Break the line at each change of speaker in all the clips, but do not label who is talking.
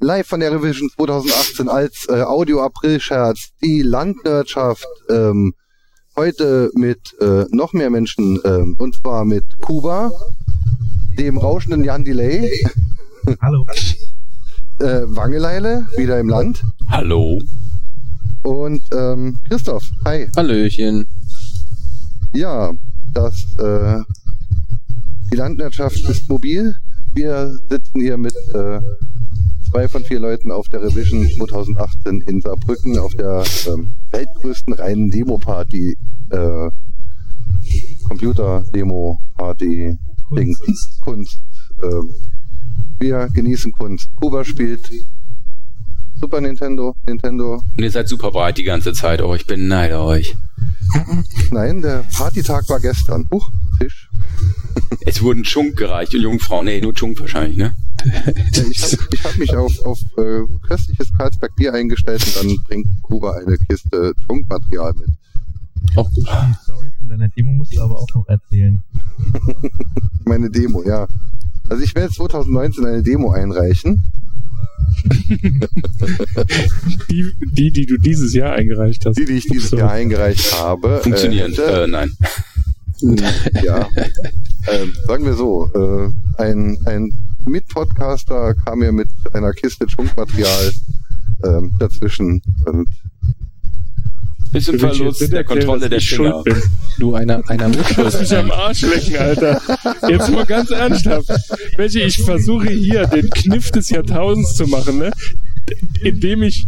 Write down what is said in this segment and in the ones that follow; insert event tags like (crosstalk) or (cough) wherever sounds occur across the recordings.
live von der Revision 2018 als äh, Audio-April-Scherz die Landwirtschaft ähm, heute mit äh, noch mehr Menschen ähm, und zwar mit Kuba, dem rauschenden Jan Delay,
Hallo.
äh, Wangeleile, wieder im Land
Hallo.
und ähm, Christoph. Hi.
Hallöchen.
Ja, das äh, die Landwirtschaft ist mobil. Wir sitzen hier mit äh, zwei von vier Leuten auf der Revision 2018 in Saarbrücken auf der ähm, weltgrößten reinen Demo-Party, äh, Computer-Demo-Party, Kunst. Dings, Kunst. Ähm, wir genießen Kunst. Kuba spielt Super Nintendo, Nintendo.
Und ihr seid super breit die ganze Zeit. Oh, ich beneide euch.
Nein, der Partytag war gestern. Huch, Fisch.
Es wurden Chunk gereicht und Jungfrau. Nee, nur Chunk wahrscheinlich, ne?
Ja, Ich habe ich hab mich auf, auf äh, köstliches Karlsberg Bier eingestellt und dann bringt Kuba eine Kiste Trunkmaterial mit.
Auch gut.
Die Story von deiner Demo musst du aber auch noch erzählen.
Meine Demo, ja. Also ich werde 2019 eine Demo einreichen.
Die, die, die du dieses Jahr eingereicht hast.
Die, die ich dieses
So.
Jahr eingereicht habe.
Funktionieren.
Äh,
Äh, (laughs) nein.
hätte- ja. Ähm, sagen wir so, äh, ein, ein Mitpodcaster kam mir mit einer Kiste Trunkmaterial ähm, dazwischen. Und
Bisschen
Du willst jetzt
Verlust
nicht
der
erklären,
Kontrolle
dass
der
ich
Finger.
schuld bin.
Du, einer, einer muss
Du musst mich am Arsch lecken, Alter. Jetzt mal ganz ernsthaft. Welche ich versuche hier den Kniff des Jahrtausends zu machen, ne? indem ich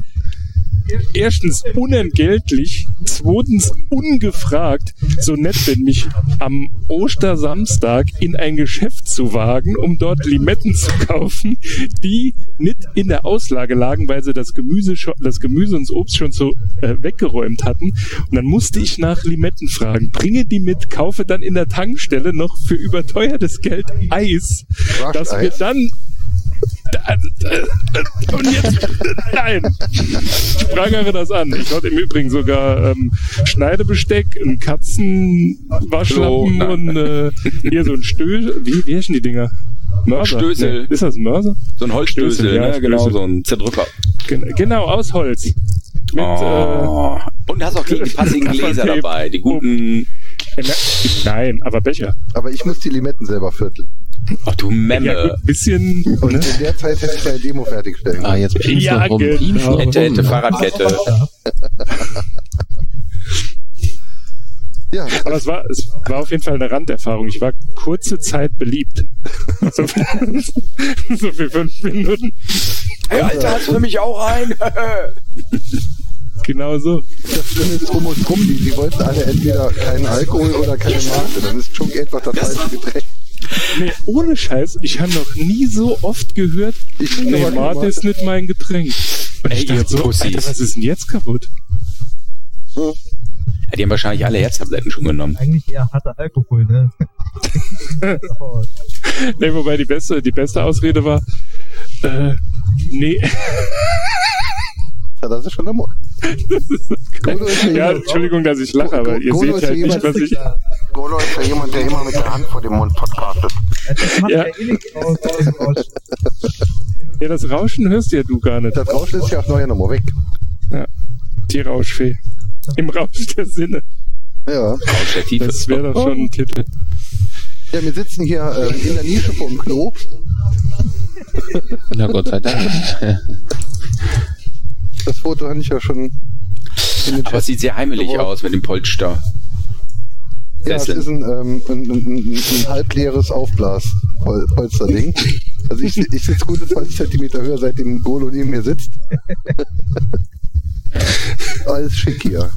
erstens unentgeltlich, zweitens ungefragt so nett bin, mich am Ostersamstag in ein Geschäft zu wagen, um dort Limetten zu kaufen, die nicht in der Auslage lagen, weil sie das Gemüse, schon, das Gemüse und das Obst schon so äh, weggeräumt hatten. Und dann musste ich nach Limetten fragen, bringe die mit, kaufe dann in der Tankstelle noch für überteuertes Geld Eis,
Crushed
dass wir
Eis.
dann und jetzt, nein, ich prangere das an. Ich hatte im Übrigen sogar ähm, Schneidebesteck, ein
Klo,
Katzenwaschlappen
nein.
und äh, hier so ein Stößel. Wie, wie heißen die Dinger? Mörser.
Stößel.
Nee, ist das ein Mörser?
So ein Holzstößel,
Stößel, ja,
ne? Genau,
Stößel.
so ein Zerdrücker.
Gen genau, aus Holz. Mit, äh,
oh. Und hast auch die die (laughs) passigen Gläser
Gaffertape.
dabei. Die guten.
äh, na, nein, aber Becher.
Aber ich muss die Limetten selber vierteln.
Ach du
Ja, gut,
Memme.
ein bisschen.
Und
Ne?
in der Zeit hätte ich eine Demo fertigstellen.
Ah, jetzt pimpst
Ja,
noch rum. Hm,
genau.
Pimpst noch
Hätte, hätte
rum.
Fahrradkette.
Ja,
Aber es war, es war auf jeden Fall eine Randerfahrung. Ich war kurze Zeit beliebt. (laughs) So, so für fünf Minuten.
Hey, Alter, hast du für mich auch ein? (laughs)
Genau so.
das Schlimme ist um und rum, die, die wollten alle entweder keinen Alkohol oder keine Mate. Dann ist Chunk einfach das falsche Getränk.
Nee, ohne Scheiß, ich habe noch nie so oft gehört,
Ich trinke
nee,
aber keine
Mate ist nicht mein Getränk. Und
Ey,
ich
ihr
dachte so,
Pussys.
Alter, was ist denn jetzt kaputt?
Ja, die haben wahrscheinlich alle Herztabletten schon genommen.
Eigentlich eher harter Alkohol,
(laughs)
ne? oh,
Nee, wobei die beste, die beste Ausrede war, äh, nee,
Ja, das ist schon der Mord. Golo ist ja
(laughs) ja,
jemand,
Entschuldigung, dass ich lache, aber ihr
Golo ist
seht
ja
halt nicht,
jemand-
was ich...
Golo ist ja jemand, der immer mit der Hand vor dem Mund podcastet.
das macht
Ja.
ja, eh nichts aus. aus, aus.
Ja, das Rauschen hörst ja du gar nicht,
Das Rauschen ist ja auf neuer Nummer weg.
die Rauschfee. Im Rausch der Sinne.
Ja.
Aus der Tiefe.
Das wäre doch schon ein Titel.
ja, wir sitzen hier ähm, in der Nische vor dem Klo.
Na Gott sei Dank.
Das Foto hatte ich ja schon. In den
Aber
Chat.
es sieht sehr heimelig aus mit dem Polster.
ja, es
Sessel.
ist ein, ähm, ein, ein, ein, ein halbleeres Aufblas-Polsterding. Also ich, ich sitze gute 20 Zentimeter höher, seitdem Golo neben mir
(laughs)
sitzt. Alles schick hier.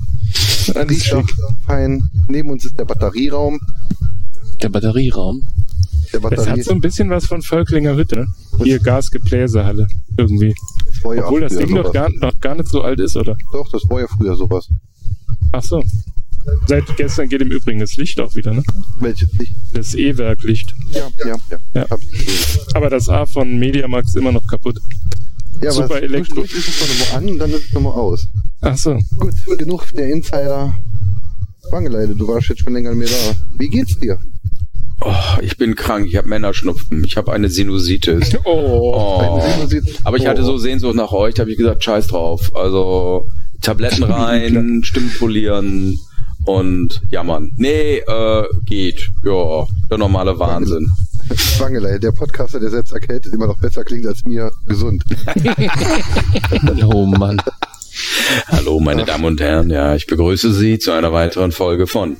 Alles
Riecht
schick.
doch fein. Neben uns ist der Batterieraum.
Der Batterieraum.
Der
Das hat so
Batterie
ein bisschen was von Völklinger Hütte. ne? Hier Gasgebläsehalle. Irgendwie.
war ja
Obwohl das
früher
Ding doch
sowas.
gar, noch gar nicht so alt ist, oder?
Doch, das war ja früher sowas.
Ach so. Seit gestern geht im Übrigen das Licht auch wieder, ne?
Welches Licht?
Das E-Werk-Licht.
Ja, ja, ja.
Ja.
Hab ich gesehen.
Aber das A von Mediamarkt ist immer noch kaputt.
ja
Super
aber es-
Elektro.
zwischendurch ist es doch nochmal an und dann ist es nochmal aus.
Ach so.
Gut, genug der Insider. Wangeleide, du warst jetzt schon länger nicht mehr da. Wie geht's dir?
Oh, ich bin krank, ich habe Männerschnupfen, ich habe eine Sinusitis.
Oh.
Oh. Aber ich
oh,
hatte so Sehnsucht nach euch, da habe ich gesagt, scheiß drauf. Also Tabletten rein, Stimmen polieren und jammern. Nee, äh, geht. Ja, der normale Wahnsinn.
oh, Wangelei, der Podcaster, der selbst erkältet, immer noch besser klingt als mir gesund.
Oh Mann.
Hallo, meine Damen und Herren. Ja, ich begrüße Sie zu einer weiteren Folge von.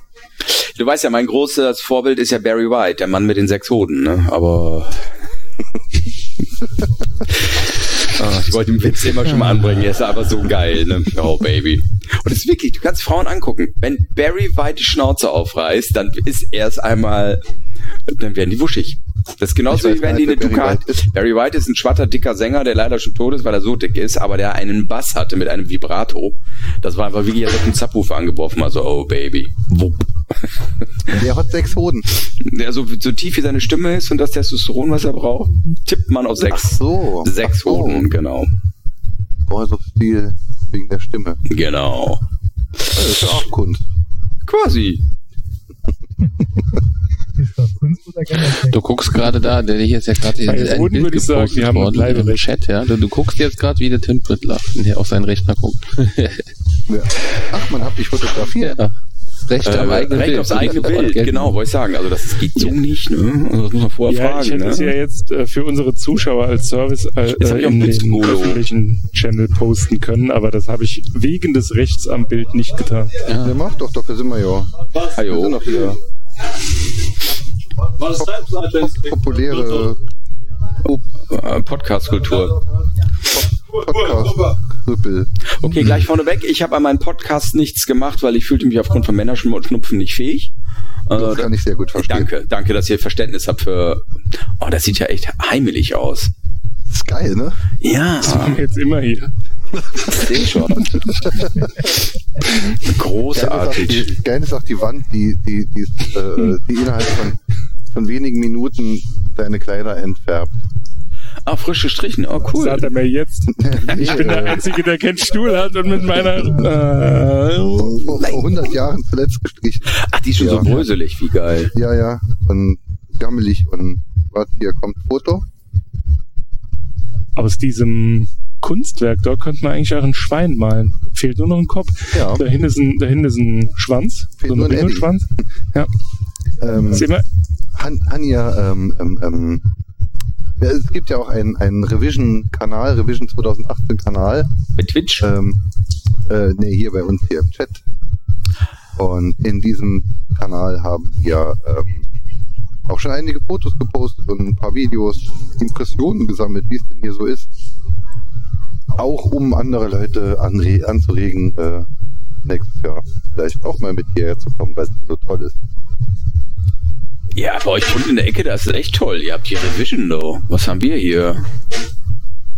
Du weißt ja, mein großes Vorbild ist ja Barry White, der Mann mit den sechs Hoden, ne?
(laughs)
Aber. Ah, Ich wollte den Witz immer schon mal anbringen, der ist aber so geil, ne? Oh, Baby. Und es ist wirklich, du kannst Frauen angucken. Wenn Barry White die Schnauze aufreißt, dann ist erst einmal, dann werden die wuschig. Das ist genauso
Ich weiß
wie wenn
gar
die eine
nicht, wer Barry
Ducati,
White ist.
Barry White ist ein schwatter, dicker Sänger, der leider schon tot ist, weil er so dick ist, aber der einen Bass hatte mit einem Vibrato. Das war einfach wirklich, als ob ein Subwoofer angeworfen war. So, oh Baby. Wupp.
Der hat sechs Hoden.
Der so, so tief wie seine Stimme ist und das Testosteron, was er braucht, tippt man auf sechs.
so.
Sechs
Ach so.
Hoden, genau.
Boah, so viel wegen der Stimme.
Genau.
Das ist ja auch Kunst.
Quasi.
Ist das Kunst oder General?
Du guckst gerade da, der hier ist ja gerade
Bei
ein
Hoden
Bild
würde ich sagen,
gepostet
die haben
worden
ein
im
Bleiberecht.
Chat, ja. Du, du guckst jetzt gerade, wie der Tintbrittler der auf seinen Rechner guckt.
Ja. Ach, man hat dich fotografiert.
Recht am eigenen
Äh, direkt
Bild.
aufs eigene Bild, genau, wollte ich sagen. Also das geht so nicht, ne? Also das muss man vorher
Ja, ich
fragen,
hätte es ja
ne?
jetzt äh, für unsere Zuschauer als Service äh,
Jetzt hab ich auch
äh, in
ein
den
Blitzmolo.
öffentlichen Channel posten können, aber das habe ich wegen des Rechts am Bild nicht getan.
Der macht doch, dafür sind wir ja. Wir sind
Hallo.
doch hier pop populäre
Äh, Podcast-Kultur.
Podcast-Krüppel.
Okay,
Hm.
gleich vorneweg. Ich habe an meinem Podcast nichts gemacht, weil ich fühlte mich aufgrund von Männerschnupfen nicht fähig. Äh,
Das kann ich sehr gut verstehen.
danke, danke, dass ihr Verständnis habt für... Oh, das sieht ja echt heimelig aus. Ah.
Das ist geil, ne?
Ja,
Jetzt immer hier.
sehe schon.
Geil ist auch
(laughs) Großartig.
die, geil ist auch die Wand, die, die, die, ist, äh, die innerhalb von, von wenigen Minuten deine Kleider entfärbt.
(laughs) Ah, frisch gestrichen. Oh,
Cool. Sagt er
cool.
mir jetzt. Ich bin der Einzige, der keinen Stuhl hat und mit meiner... Äh,
Vor, vor, vor 100 Jahren zuletzt gestrichen.
Ach, die ist schon
Ja.
so bröselig. Wie geil.
Ja, ja. Und gammelig und was hier kommt Foto.
aus diesem Kunstwerk dort könnte man eigentlich auch ein Schwein malen. Fehlt nur noch ein Kopf.
Ja.
Da hinten ist ein, da hinten ist ein Schwanz,
Fehlt
so ein
nur ein
Ringelschwanz.
Ähm,
Ist immer,
Han Hanja, ähm, ähm, ähm, ja, es gibt ja auch einen, einen Revision-Kanal, Revision 2018-Kanal.
Bei Twitch.
Ähm, äh, ne, hier bei uns hier im Chat. Und in diesem Kanal haben wir ähm, auch schon einige Fotos gepostet und ein paar Videos, Impressionen gesammelt, wie es denn hier so ist. Auch um andere Leute anre anzuregen, äh, nächstes Jahr vielleicht auch mal mit hierher zu kommen, weil es so toll ist.
Ja, bei euch unten in der Ecke, das ist echt toll. Ihr habt hier Revision, though. Was haben wir hier?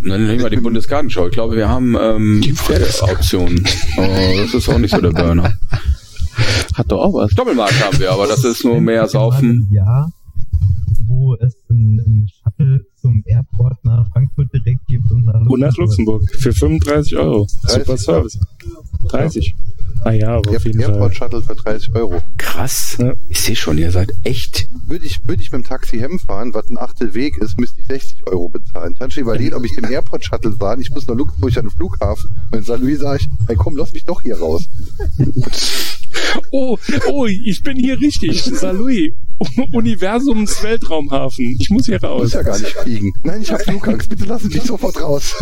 Dann nehmen wir die Bundesgartenschau. Ich glaube, wir haben ähm, Pferdeauktionen. Oh, das ist auch nicht so der Burner.
Hat doch auch was.
Doppelmarkt haben wir, aber das ist nur mehr Saufen.
Ja, wo es einen einen Shuttle zum Airport nach Frankfurt direkt gibt und nach
und nach Luxemburg für 35 Euro.
30,
Super Service. 30. Ah ja, aber
Air
auf jeden Fall.
Airport Shuttle für 30 Euro.
Krass.
Ja.
Ich sehe schon, ihr seid echt.
Würde ich, würde ich mit dem Taxi hemfahren, was ein Achtel Weg ist, müsste ich 60 Euro bezahlen. Ich hatte schon überlegt, ob ich den Airport Shuttle sah. Ich muss nach Luxemburg an den Flughafen. Und in St. Louis sage ich, hey, komm, lass mich doch hier raus.
Oh, oh, ich bin hier
(laughs)
richtig. Salui. Universums Weltraumhafen. Ich muss hier
Ich muss
raus.
ja gar nicht fliegen. Nein, ich habe Flugangst. Bitte lassen Sie mich sofort raus.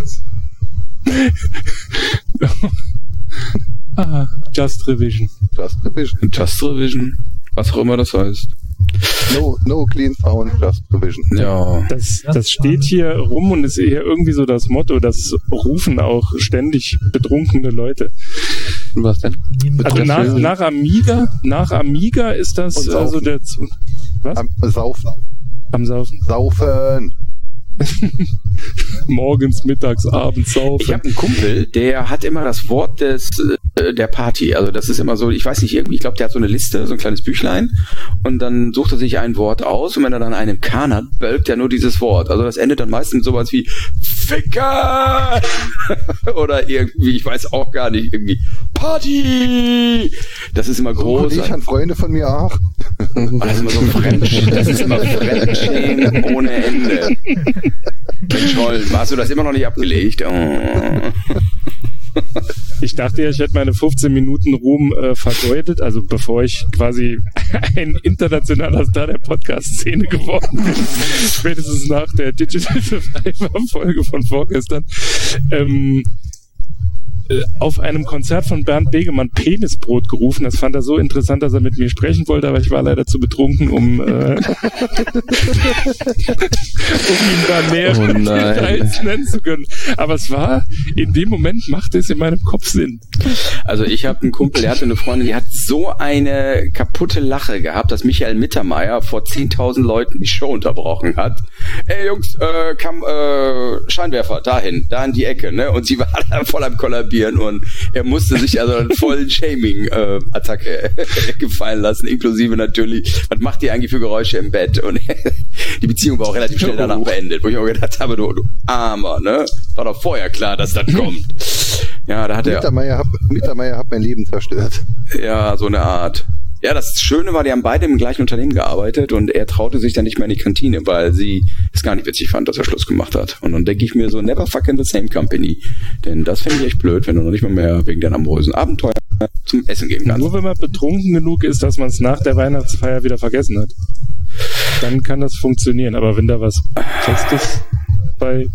Ah, Just Revision.
Just a vision.
Just Revision. Was auch immer das heißt.
No, no clean sound, just a vision.
Ja.
Das, das steht hier rum und ist hier irgendwie so das Motto, das rufen auch ständig betrunkene Leute.
Was denn?
Also
Betrifft
nach,
Lösung.
nach Amiga, nach Amiga ist das
Und
also
saufen.
der Z- was
Am, saufen.
am Saufen.
Saufen.
Morgens, mittags, abends
Ich
saufen.
habe einen Kumpel, der hat immer das Wort des äh, der Party. Also das ist immer so, ich weiß nicht, irgendwie, ich glaube, der hat so eine Liste, so ein kleines Büchlein und dann sucht er sich ein Wort aus und wenn er dann einen Kahn hat, bölkt er nur dieses Wort. Also das endet dann meistens mit sowas wie "Fick Ficker! (laughs) Oder irgendwie, ich weiß auch gar nicht, irgendwie Party! Das ist immer groß.
Und ich an Freunde von mir auch.
Und das ist immer so Fremdsch das ist immer Fremdschämen ohne Ende. Mensch, Holm, hast du das immer noch nicht abgelegt? Oh.
Ich dachte ja, ich hätte meine 15 Minuten Ruhm äh, vergeudet, also bevor ich quasi (laughs) ein internationaler Star der Podcast-Szene geworden bin. Spätestens nach der Digital (laughs) Survivor-Folge von vorgestern. Ähm, äh, auf einem Konzert von Bernd Begemann Penisbrot gerufen. Das fand er so interessant, dass er mit mir sprechen wollte, aber ich war leider zu betrunken, um, äh, (laughs) um ihm da mehr
Oh nein.
Details nennen zu können. Aber es war, in dem Moment machte es in meinem Kopf Sinn.
Also ich habe einen Kumpel, der hatte eine Freundin, die hat so eine kaputte Lache gehabt, dass Michael Mittermeier vor 10.000 Leuten die Show unterbrochen hat. Ey Jungs, äh, kam äh, Scheinwerfer dahin, da in die Ecke, ne? Und sie war (laughs) da voll am kollabieren und er musste sich also einen vollen Shaming äh, Attacke (laughs) gefallen lassen, inklusive natürlich, was macht ihr eigentlich für Geräusche im Bett? Und (laughs) die Beziehung war auch relativ schnell danach beendet, wo ich auch gedacht habe, du, du Armer, ne? War doch vorher klar, dass das kommt. Ja, da hat er
Mittermeier, hat, Mittermeier hat mein Leben zerstört.
ja, so eine Art. Ja, das Schöne war, die haben beide im gleichen Unternehmen gearbeitet und er traute sich dann nicht mehr in die Kantine, weil sie es gar nicht witzig fand, dass er Schluss gemacht hat. Und dann denke ich mir so, never fuck in the same company. Denn das fände ich echt blöd, wenn du noch nicht mal mehr wegen deinem amorösen Abenteuer zum Essen gehen kannst.
Nur wenn man betrunken genug ist, dass man es nach der Weihnachtsfeier wieder vergessen hat. Dann kann das funktionieren. Aber wenn da was Festes bei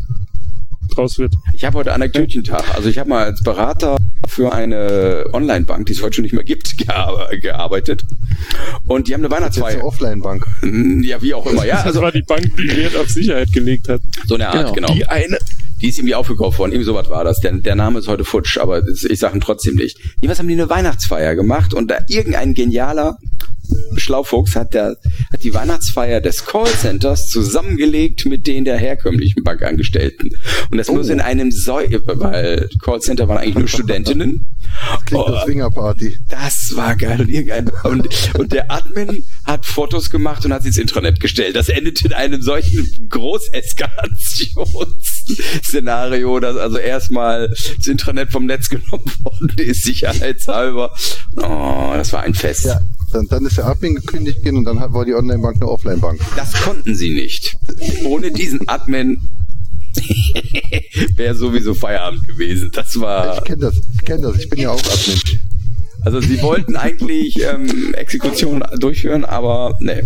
draus wird.
Ich habe heute Anekdötchentag. Also ich habe mal als Berater für eine Online-Bank, die es heute schon nicht mehr gibt, (laughs) gear- gearbeitet. Und die haben eine
Jetzt
Weihnachtsfeier.
eine Offline-Bank.
Ja, wie auch immer. Ja,
Das war die Bank, die Wert auf Sicherheit gelegt hat.
So eine Art, genau.
Genau.
Die eine. Die ist irgendwie aufgekauft worden. Irgendwie sowas war das. Der, der Name ist heute futsch, aber das- ich sage ihn trotzdem nicht. Jedenfalls haben die eine Weihnachtsfeier gemacht und da irgendein genialer Schlaufuchs hat, der, hat die Weihnachtsfeier des Callcenters zusammengelegt mit denen der herkömmlichen Bankangestellten. Und das muss in einem Säu... Weil Callcenter waren eigentlich nur Studentinnen.
Klingt
Oh.
nach Swingerparty.
Das war geil. Und, irgendein, und, und der Admin hat Fotos gemacht und hat sie ins Intranet gestellt. Das endet in einem solchen Großeskalationsszenario, dass also erstmal das Intranet vom Netz genommen worden ist, sicherheitshalber. Oh, das war ein Fest.
Ja. Dann, dann ist der Admin gekündigt gehen und dann hat- war die Online-Bank eine Offline-Bank.
Das konnten sie nicht. Ohne diesen Admin (laughs) wäre sowieso Feierabend gewesen. Das war.
Ich kenne das, ich kenne das, ich bin ja auch Admin.
Also sie wollten eigentlich ähm, Exekution durchführen, aber nee.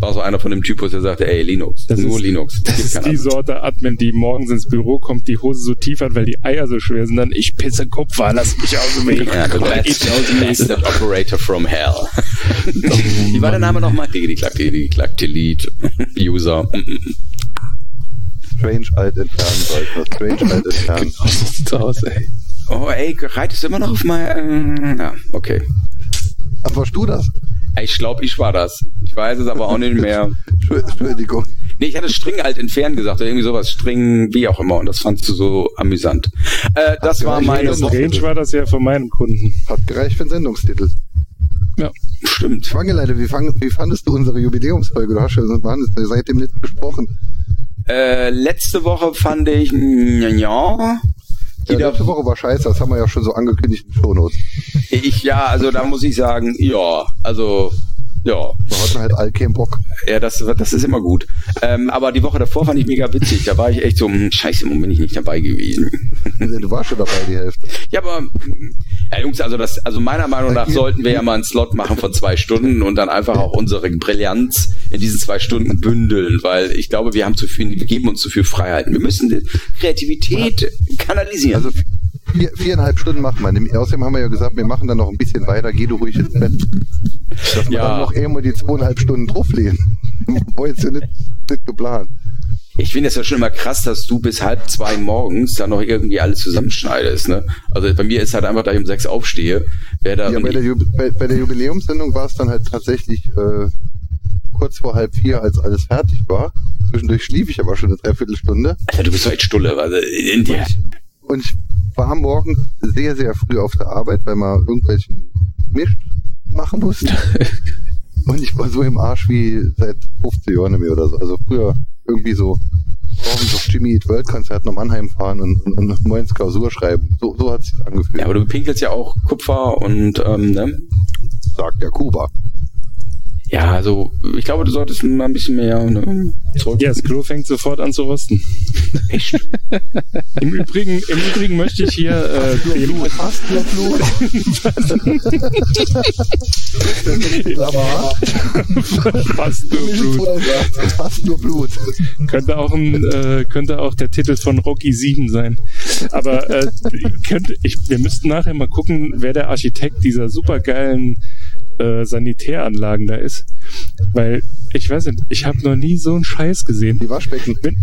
War so einer von dem Typus, der sagte, ey, Linux,
Das
nur
ist-
Linux.
Das ist die Sorte Admin, die morgens ins Büro kommt, die Hose so tief hat, weil die Eier so schwer sind. Dann ich pisse Kopf, war, lass mich aus dem Weg.
ja, the best, best operator from hell. (laughs) Wie war der Name nochmal? Digidi klack, digidi klack, delete, user.
Strange alt entfernen sollte. Strange alt entfernen.
Was sieht's aus, ey?
Oh ey, reitest du immer noch auf mein... Äh, ja, okay.
Ach, warst du das?
Ich glaube, ich war das. Ich weiß es aber auch nicht mehr.
Entschuld- Entschuldigung.
Nee, ich hatte String halt entfernen gesagt oder irgendwie sowas. String, wie auch immer. Und das fandst du so amüsant. Äh, das war meine
Ach,
Woche.
Range war das ja von meinem Kunden.
Hat gereicht für einen Sendungstitel.
Stimmt.
Schwangeleite, wie, fang, wie fandest du unsere Jubiläumsfolge? Du hast ja wir haben jetzt seitdem nicht gesprochen.
Äh, letzte Woche fand ich, mm, ja,
Ja,
Jeder-
letzte Woche war scheiße, das haben wir ja schon so angekündigt in den Shownotes.
ich, ja, also da muss ich sagen, ja, also, ja,
Wir hatten halt all keinen Bock.
ja, das, das ist immer gut. Ähm, aber die Woche davor fand ich mega witzig, da war ich echt so, hm, scheiße, warum bin ich nicht dabei gewesen?
Du warst schon dabei, die Hälfte.
Ja, aber, hm, ja, Jungs, also das, also meiner Meinung nach sollten wir ja mal einen Slot machen von zwei Stunden und dann einfach auch unsere Brillanz in diesen zwei Stunden bündeln, weil ich glaube, wir haben zu viel, wir geben uns zu viel Freiheiten. Wir müssen die Kreativität kanalisieren.
Also vier, viereinhalb Stunden machen wir. Dem- Außerdem haben wir ja gesagt, wir machen dann noch ein bisschen weiter, geh du ruhig ins Bett. Dass wir
Ja.
dann noch irgendwo die zweieinhalb Stunden drauflegen. (laughs) War jetzt ja nicht, nicht geplant.
Ich finde es ja schon immer krass, dass du bis halb zwei morgens dann noch irgendwie alles zusammenschneidest. Ne? Also bei mir ist halt einfach, da ich um sechs aufstehe, wer da.
Ja, bei, der Ju- bei, bei der Jubiläumssendung war es dann halt tatsächlich äh, kurz vor halb vier, als alles fertig war. Zwischendurch schlief ich aber schon eine Dreiviertelstunde.
Alter, du bist doch echt stulle. Also in dir.
Und ich war morgens sehr, sehr früh auf der Arbeit, weil man irgendwelchen Mist machen musste. (laughs) Und ich war so im Arsch wie seit 15 Jahren nicht mehr oder so. Also früher irgendwie so brauchen doch Jimmy Eat World Konzert nach Mannheim fahren und, und, und Moins Klausur schreiben. So, so hat sich angefühlt.
Ja, aber du pinkelst ja auch Kupfer und, ähm, ne?
sagt der Kuba.
Ja, also, ich glaube, du solltest mal ein bisschen mehr, ne? Zurück.
Ja, das Klo fängt sofort an zu rosten.
Echt?
Im Übrigen, im Übrigen möchte ich hier äh, dem,
Fast der Flo. Aber
fast nur Blut.
fast nur Blut.
Könnte auch, ein, äh, könnte auch der Titel von Rocky 7 sein. Aber äh, könnte, ich, wir müssten nachher mal gucken, wer der Architekt dieser supergeilen äh, Sanitäranlagen da ist. Weil, ich weiß nicht, ich habe noch nie so einen Scheiß gesehen.
Die Waschbecken.
Wenn,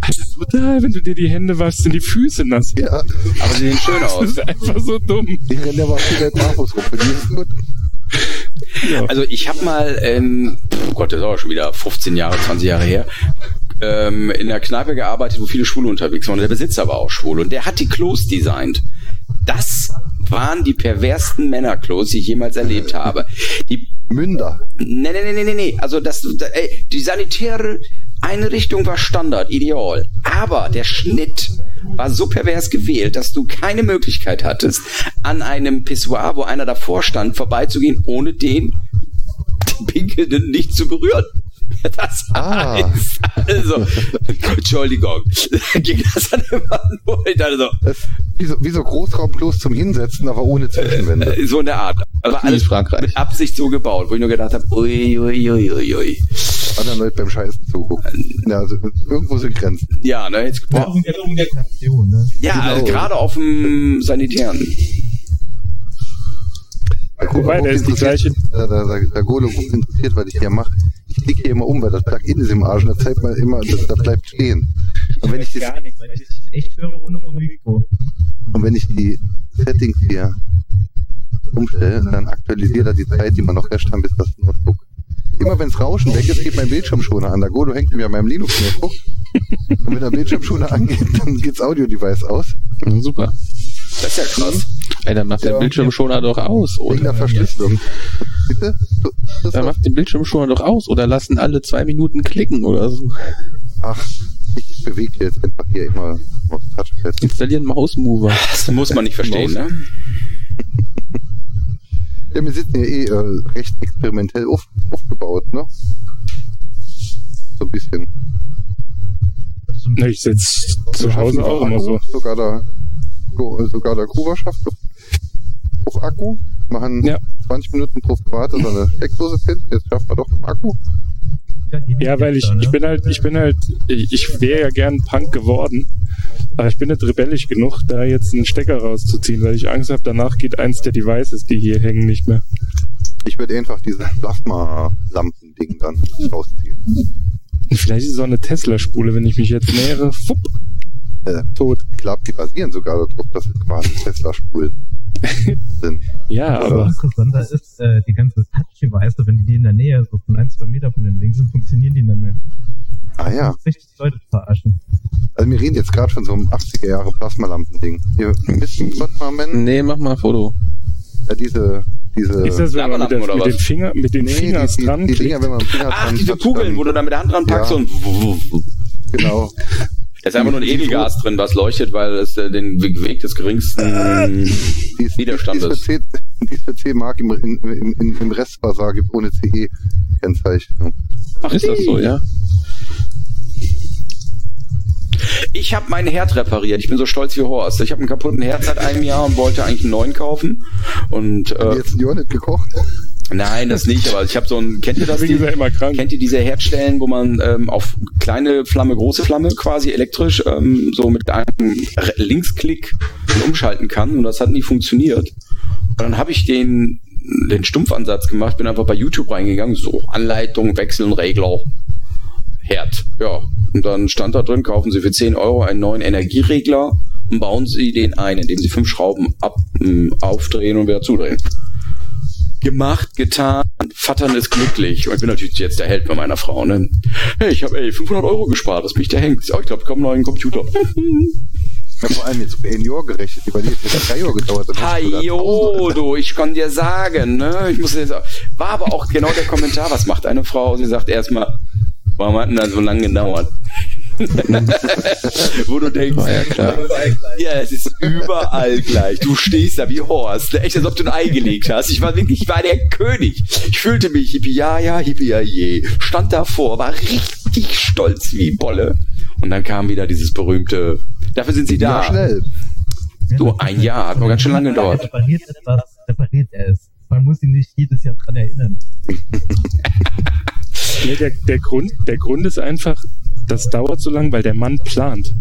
Alter, brutal, wenn du dir die Hände waschst, sind die Füße nass.
Ja,
Aber sie sehen schön
Das
aus.
ist einfach so dumm.
die rennen aber viel mit Markus rum. Für die ist es gut.
Ja.
Also ich habe mal, ähm, oh Gott, das ist auch schon wieder 15 Jahre, 20 Jahre her, ähm, in einer Kneipe gearbeitet, wo viele Schwule unterwegs waren. Und Der Besitzer war auch schwul und der hat die Klos designt. Das waren die perversten Männerklos, die ich jemals erlebt habe. Die
Münder.
Nee, nee, nee, nee, nee, nee. Also das, da, ey, die sanitäre Einrichtung war Standard, ideal. Aber der Schnitt war so pervers gewählt, dass du keine Möglichkeit hattest, an einem Pissoir, wo einer davor stand, vorbeizugehen, ohne den, den Pinkelnden nicht zu berühren. (laughs) Das
Ah.
heißt, also, Entschuldigung, ging das dann immer nur, ich dachte so, also,
Das, wie, so, wie so Großraumklos zum Hinsetzen, aber ohne Zwischenwände.
äh, so in der Art. Aber
nie
alles
Frankreich.
mit Absicht so gebaut, wo ich nur gedacht habe, ui, ui, ui, ui, ui.
Äh.
Anderen Leuten beim Scheißen zugucken. Ja, also, irgendwo sind Grenzen.
Ja, ne, jetzt, boah,
Darum geht es um der Nation, ne?
Ja,
Genau.
also gerade auf dem Sanitären.
Der
Wobei, da ist die gleiche-
Da, da, da, der Golo guckt interessiert, was ich hier mache. Ich klicke hier immer um, weil das Plugin ist im Arsch und das zeigt mal immer, das, das bleibt stehen. Und wenn ich das
Gar nicht, weil ich das echt höre ohne Mikro.
Und wenn ich die Settings hier umstelle, dann aktualisiert er die Zeit, die man noch recht haben, bis das Notebook. Immer wenn es Rauschen weg ist, geht mein Bildschirmschoner an. Der Godo hängt mir an meinem Linux-Notebook. Und wenn der Bildschirmschoner (laughs) angeht, dann geht's Audio-Device aus.
Na, super.
Das ist ja krass.
Ey, dann macht
Ja.
den Bildschirmschoner doch aus,
Wegen
oder?
der Verschlüsselung. Bitte? So, das
Dann macht den Bildschirmschoner doch aus oder lassen alle zwei Minuten klicken oder so. (laughs)
ach, ich bewege jetzt einfach hier immer aufs Touchpad.
Installieren Mausmover.
Das muss man nicht verstehen, ne?
Ja, wir sitzen ja eh äh, recht experimentell auf, aufgebaut, ne? So ein bisschen.
Na, ich sitze zu
schaffen
Hause auch
auf
immer so.
Akku, Sogar der, so- äh, sogar der Kuba schafft auf- auf Akku. Machen
Ja.
20 Minuten pro Quarte so eine Steckdose hin. Jetzt schafft man doch im Akku.
die
Ja, weil ich,
Lichter, ne?
ich bin halt, ich bin halt, ich wäre ja gern Punk geworden, aber ich bin nicht rebellisch genug, da jetzt einen Stecker rauszuziehen, weil ich Angst habe, danach geht eins der Devices, die hier hängen, nicht mehr.
Ich würde einfach dieses Plasma-Lampen-Ding dann rausziehen.
Und vielleicht ist es auch eine Tesla-Spule, wenn ich mich jetzt nähere, fupp,
Äh,
tot.
ich glaube, die basieren sogar darauf, dass es quasi
(laughs)
Tesla-Spulen sind.
Ja,
Ja.
aber
interessanter ist, äh, die ganze Touch-Device, wenn die in der Nähe, so von ein, zwei Meter von dem Ding sind, funktionieren die nicht mehr.
Ah ja,
Das ist richtig Leute verarschen.
also wir reden jetzt gerade von so einem 80er-Jahre-Plasma-Lampen-Ding. Hier, wissen Gott mal, man,
Nee, mach mal ein Foto.
ja, diese, diese...
Mhm. ist das, wenn man mit,
Lampenlampen
der,
oder
mit den
was?
Finger, mit den
nee,
Fingers
die,
dran
die, die Dinger, wenn man am Finger
Ach,
dran
diese
hat,
Kugeln,
dann-
wo du da mit der Hand dran packst
Ja.
und
Genau,
da ist einfach nur ein Edelgas drin, was leuchtet, weil es äh, den Weg des geringsten
Dies,
Widerstandes.
Dies für, C, (laughs) dies für C Mark im, im, im, im Restbasar gibt ohne E CE-Kennzeichnung.
Ach, ist das so, ja?
Ich habe mein Herd repariert. Ich bin so stolz wie Horst. Ich habe einen kaputten Herd seit einem Jahr und wollte eigentlich einen neuen kaufen. Und
Haben die
äh,
jetzt ein Jahr nicht gekocht?
nein, das nicht. Aber ich habe so ein. Kennt ihr das?
deswegen ist er immer krank.
Kennt ihr diese Herdstellen, wo man ähm, auf kleine Flamme, große Flamme quasi elektrisch ähm, so mit einem Re- Linksklick umschalten kann? Und das hat nie funktioniert. Und dann habe ich den, den Stumpfansatz gemacht, bin einfach bei YouTube reingegangen, so Anleitung, Wechseln, Regler, Herd. Ja, und dann stand da drin, kaufen Sie für 10 Euro einen neuen Energieregler und bauen Sie den ein, indem Sie fünf Schrauben ab, m, aufdrehen und wieder zudrehen. Gemacht, getan, Vattern ist glücklich. Und ich bin natürlich jetzt der Held bei meiner Frau. Ne? Hey, ich habe 500 Euro gespart, das mich der hängt. Oh, ich glaube, ich komm einen neuen Computer. (laughs)
Ja, vor allem jetzt auf ein Jahr gerechnet. Über die hat jetzt drei Jahre gedauert. dann hast du da
Hajo,
tausend-
du, ich kann dir sagen, ne? Ich muss dir sagen. War aber auch genau der Kommentar, was macht eine Frau? Sie sagt erstmal, warum hat denn das so lange gedauert? (laughs) Wo du denkst,
War ja klar.
ja, es ist überall gleich. Du stehst da wie Horst, ne? echt, als ob du ein Ei gelegt hast. Ich war wirklich, ich war der König. Ich fühlte mich hippie ja, ja, hippie ja, je. Stand davor, war richtig stolz wie Bolle. Und dann kam wieder dieses berühmte, dafür sind sie da.
Ja, schnell.
So, ein Jahr, hat noch ganz schön lange gedauert.
Er repariert etwas, repariert er es. Man muss ihn nicht jedes Jahr dran erinnern.
Nee, der, der, Grund, der Grund ist einfach, das dauert so lang, weil der Mann plant.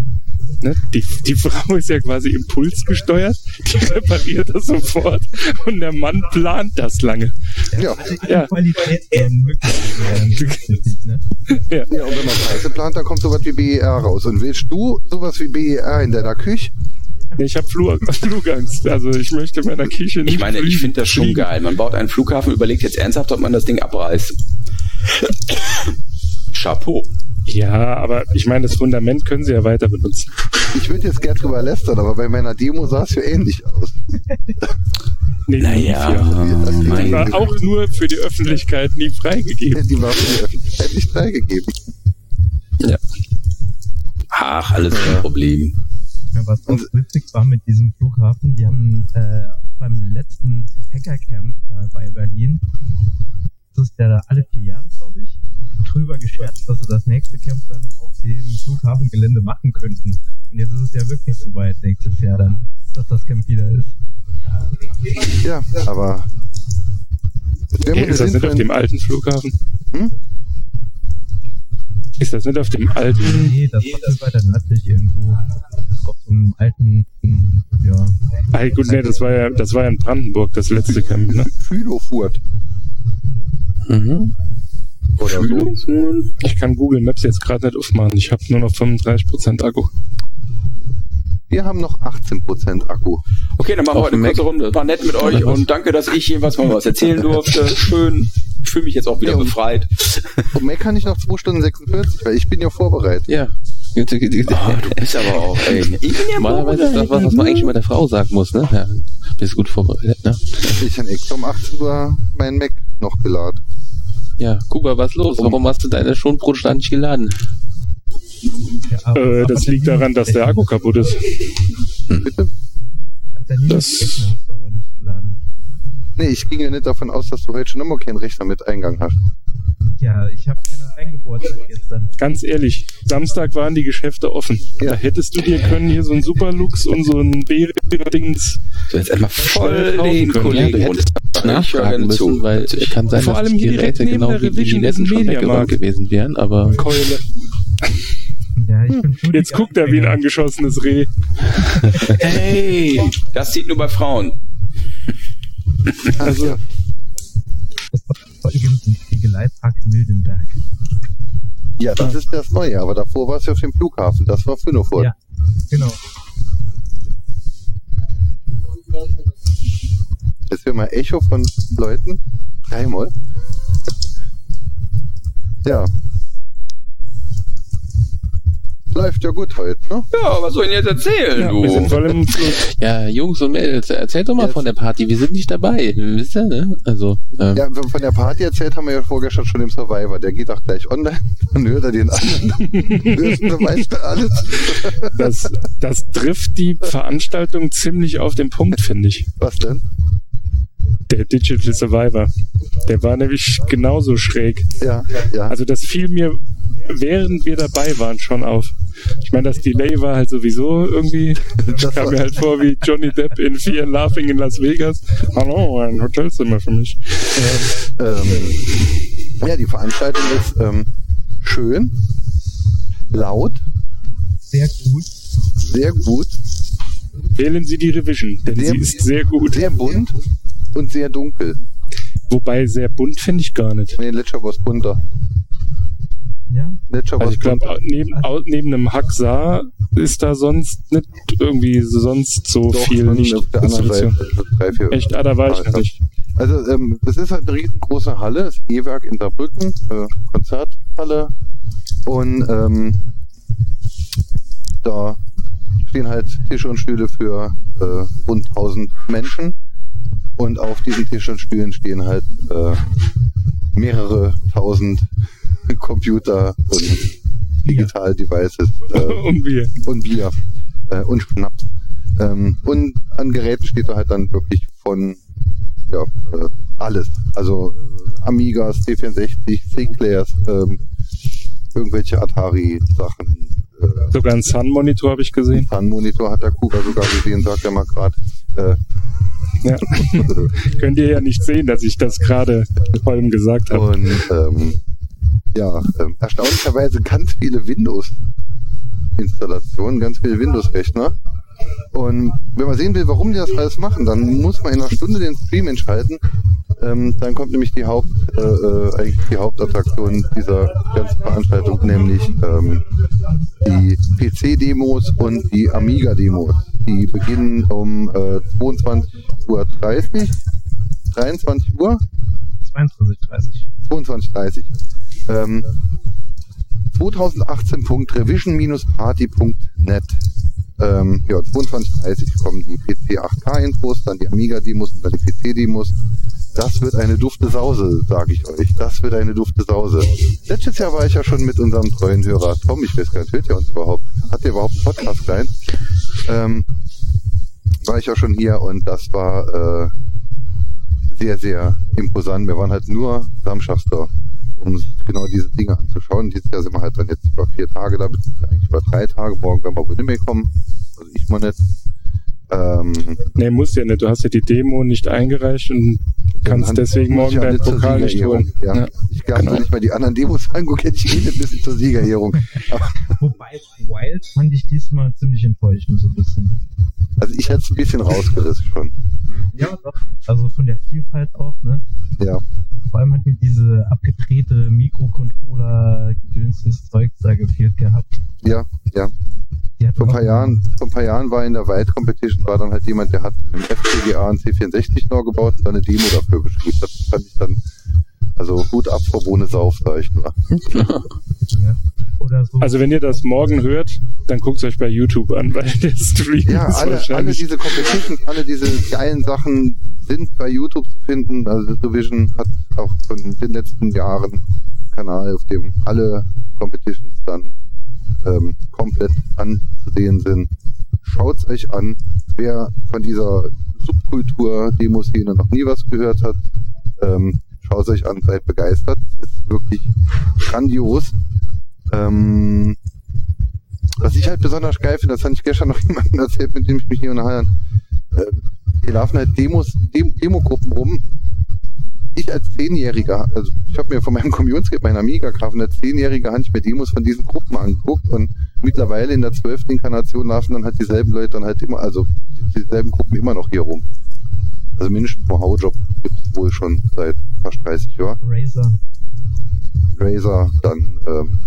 Ne? Die, die (laughs) Frau ist ja quasi impulsgesteuert, die (laughs) repariert das sofort und der Mann plant das lange.
Ja.
Also die
Ja.
Qualität von Möglichkeiten, ne?
ja, und wenn man Scheiße plant, dann kommt sowas wie BER raus. Und willst du sowas wie BER in deiner Küche?
Nee, Ich habe Flug, Flugangst, also ich möchte meiner Küche nicht
Ich meine, ich
fliegen-
finde das schon
fliegen.
geil. Man baut einen Flughafen, überlegt jetzt ernsthaft, ob man das Ding abreißt. Chapeau.
Ja, aber ich meine, das Fundament können sie ja weiter benutzen.
Ich würde jetzt gern drüber lästern, aber bei meiner Demo sah es ja ähnlich aus.
Nee, ja. Die
ähm, mein,
war auch nur für die Öffentlichkeit nie freigegeben.
Die war für die Öffentlichkeit nicht freigegeben.
ach, alles kein Problem.
Ja, was auch witzig war mit diesem Flughafen, die haben äh, beim letzten Hackercamp äh, bei Berlin, das ist ja da alle vier Jahre, glaube ich, drüber gescherzt, dass sie das nächste Camp dann auf dem Flughafengelände machen könnten. Und jetzt ist es ja wirklich soweit nächstes Jahr dann, dass das Camp wieder ist.
Ja, aber. Wenn
Ey, ist das nicht auf dem alten Flughafen?
Hm?
Ist das nicht auf dem alten?
Nee, das war das weiter nördlich irgendwo. Auf so einem alten, mm, ja.
Ah, gut, nee, das war ja, das war ja in Brandenburg, das letzte Camp, ne?
Fülofurt
Mhm.
oder so.
Ich kann Google Maps jetzt gerade nicht aufmachen. Ich habe nur noch 35% Akku.
Wir haben noch 18% Akku.
Okay, dann machen wir
Auf
heute
dem
eine
Mac.
kurze Runde. War nett mit euch und danke, dass ich jeweils mal was erzählen durfte. Schön. Ich fühle mich jetzt auch wieder
Ja, und-
befreit.
Und mehr kann ich noch 2 Stunden 46, weil ich bin ja vorbereitet.
Ja. Jetzt- jetzt- jetzt-
Oh, bist aber auch, ey. Ich bin ja
Normalerweise ist das was, was man eigentlich immer der Frau sagen muss, ne? Ja, bist gut vorbereitet, ne?
Ich habe extra um 18 Uhr meinen Mac noch geladen.
Ja, Kuba, was los? Warum hast du deine Schonbrotstand nicht geladen?
ja aber-
Äh,
aber
das liegt daran, dass der Akku kaputt ist.
Bitte?
Der Linux-Rechner hast du aber nicht geladen.
Nee, ich ging ja nicht davon aus, dass du heute schon immer keinen Rechner mit Eingang hast.
Ja, ich habe keine eingebohrt seit gestern.
Ganz ehrlich, Samstag waren die Geschäfte offen.
Ja.
Da hättest du dir können hier so ein Superlux und so ein Beere-Dings.
So, jetzt erstmal voll
Schnell kaufen
den
können.
Kollegen
Ja, du
runter. Ich höre
Nachfragen
gerne
müssen,
zu.
weil es kann sein,
Vor
dass
allem
die
hier direkt
Geräte
neben
genau
der
wie die
Revision ist
letzten
ein
schon weggeräumt
Mediamarkt.
gewesen wären, aber
Keule.
Ja, ich bin schuldig.
Jetzt guckt er wie ein angeschossenes Reh.
Hey, das sieht nur bei Frauen.
Also,
Das war übrigens ein Spiegeleipark Mildenberg.
Ja, das ist das Neue, aber davor war es ja auf dem Flughafen. Das war Fünofurt.
Ja, genau.
Jetzt hören wir Echo von Leuten. Dreimal. Ja. Läuft ja gut heute, ne?
Ja, was soll ich denn jetzt erzählen,
ja, wir sind
du?
voll im Fluss.
Ja, Jungs und Mädels, erzählt doch mal
Jetzt.
von der Party. Wir sind nicht dabei. Wisst ihr, ne? Also, ähm,
Ja, von der Party erzählt haben wir ja vorgestern schon im Survivor. Der geht auch gleich online. (laughs) Dann hört er den
(laughs)
anderen. Dann weißt du alles.
Das, das trifft die Veranstaltung ziemlich auf den Punkt, finde ich.
Was denn?
Der Digital Survivor. Der war nämlich genauso schräg.
Ja, ja.
Also das fiel mir, während wir dabei waren, schon auf. Ich meine, das Delay war halt sowieso irgendwie.
(laughs)
Ich
Das
kam
war-
mir halt vor wie Johnny Depp in Fear and Laughing in Las Vegas. Hallo, ein Hotelzimmer für mich.
ähm, ja, die Veranstaltung ist ähm, schön, laut,
Sehr gut.
sehr gut,
Wählen Sie die Revision, denn
Sehr-
sie ist sehr gut.
sehr bunt und sehr dunkel.
Wobei sehr bunt finde ich gar nicht.
Nee, Ledger war bunter.
Ja,
Ledger
Also
war's
ich
bunter.
glaube, neben, au- neben einem Hacksar ist da sonst nicht irgendwie sonst so
Doch,
viel
schon
nicht
auf der anderen
Installation.
Seite. Drei, vier.
Echt, ah, da war ich
Ah,
noch nicht.
Also ähm, das ist halt eine riesengroße Halle, das E-Werk in Saarbrücken, äh, Konzerthalle. Und ähm, da stehen halt Tische und Stühle für äh, rund 1000 Menschen. Und auf diesen Tischen und Stühlen stehen halt (laughs) äh, mehrere tausend Computer und Digital-Devices
(laughs)
äh,
Und wir.
und Bier äh, und Schnaps. Ähm, und an Geräten steht da halt dann wirklich von ja, äh, alles. Also äh, Amigas, C64, Sinclairs, ähm, irgendwelche Atari-Sachen. Äh,
Sogar einen Sun-Monitor habe ich gesehen.
Fun-Monitor hat der Kuba sogar gesehen, sagt er mal gerade. Äh,
Ja. (laughs) Könnt ihr ja nicht sehen, dass ich das gerade vorhin gesagt habe.
Und ähm, ja, ähm, erstaunlicherweise ganz viele Windows-Installationen, ganz viele Windows-Rechner. Und wenn man sehen will, warum die das alles machen, dann muss man in einer Stunde den Stream entscheiden. Ähm, dann kommt nämlich die Haupt, äh, äh, eigentlich die Hauptattraktion dieser ganzen Veranstaltung, nämlich ähm, die PC-Demos und die Amiga-Demos. Die beginnen um äh, 22.30 Uhr, 23 Uhr
22.30.
22.30. Ähm, 2018.revision-party.net. Ähm, ja, 22.30 kommen die PC8K-Infos, dann die Amiga-Demos und dann die PC-Demos. Das wird eine dufte Sause, sage ich euch. Das wird eine dufte Sause. Letztes Jahr war ich ja schon mit unserem treuen Hörer Tom, ich weiß gar nicht, hört ihr uns überhaupt? Hat ihr überhaupt einen Podcast klein? Ähm, war ich ja schon hier und das war äh, sehr, sehr imposant. Wir waren halt nur samstags da, um uns genau diese Dinge anzuschauen. Dieses Jahr sind wir halt dann jetzt über vier Tage da, beziehungsweise eigentlich über drei Tage. Morgen werden wir wohl nicht mehr kommen. Also ich mal nicht. Ähm,
Nee, musst ja nicht. Du hast ja die Demo nicht eingereicht und kannst
dann
deswegen
muss ich ja
morgen deinen
nicht zur
Pokal nicht
Siegerehrung.
holen.
Ja.
Ja.
Ich kann mir nicht mal die anderen Demos angucken, hätte ich eh nicht müssen zur Siegerehrung.
Wobei Wild fand ich diesmal ziemlich enttäuschend, so ein bisschen.
Also ich hätte es ein bisschen rausgerissen schon.
Ja, doch. Also von der Vielfalt auch, ne?
Ja.
Vor allem hat mir diese abgedrehte Mikrocontroller-gedönstes Zeugs da gefehlt gehabt.
Ja, ja.
Die hat
Vor ein paar
auch-
Jahren, vor ein paar Jahren war in der Wild Competition, war dann halt jemand, der hat im FPGA einen C64 neu gebaut und dann eine Demo dafür geschrieben. Das fand ich dann, also Hut ab vor Bohne Sauf, sag ich nur.
Ne? Oder so.
Also wenn ihr das morgen hört, dann guckt euch bei YouTube an, (laughs) weil der Stream
Ja,
ist
alle, alle
wahrscheinlich
diese Competitions, alle diese geilen Sachen sind bei YouTube zu finden. Also Division hat auch schon in den letzten Jahren einen Kanal, auf dem alle Competitions dann ähm, komplett anzusehen sind. Schaut's euch an, wer von dieser Subkultur-Demoszene noch nie was gehört hat. Ähm, schaut's euch an, seid begeistert. Es ist wirklich grandios. Ähm, was ich halt besonders geil finde, das hatte ich gestern noch (laughs) jemandem erzählt, mit dem ich mich hier unterhalten. Ähm, hier laufen halt Demos, Dem Demogruppen rum. Ich als Zehnjähriger, also ich habe mir von meinem (laughs) Community, meiner amiga grafen als Zehnjähriger, habe ich mir Demos von diesen Gruppen angeguckt und mittlerweile in der zwölften Inkarnation laufen dann halt dieselben Leute dann halt immer, also dieselben Gruppen immer noch hier rum. Also mindestens mal Haujob gibt es wohl schon seit fast 30 Jahren.
Razer.
Razer dann ähm,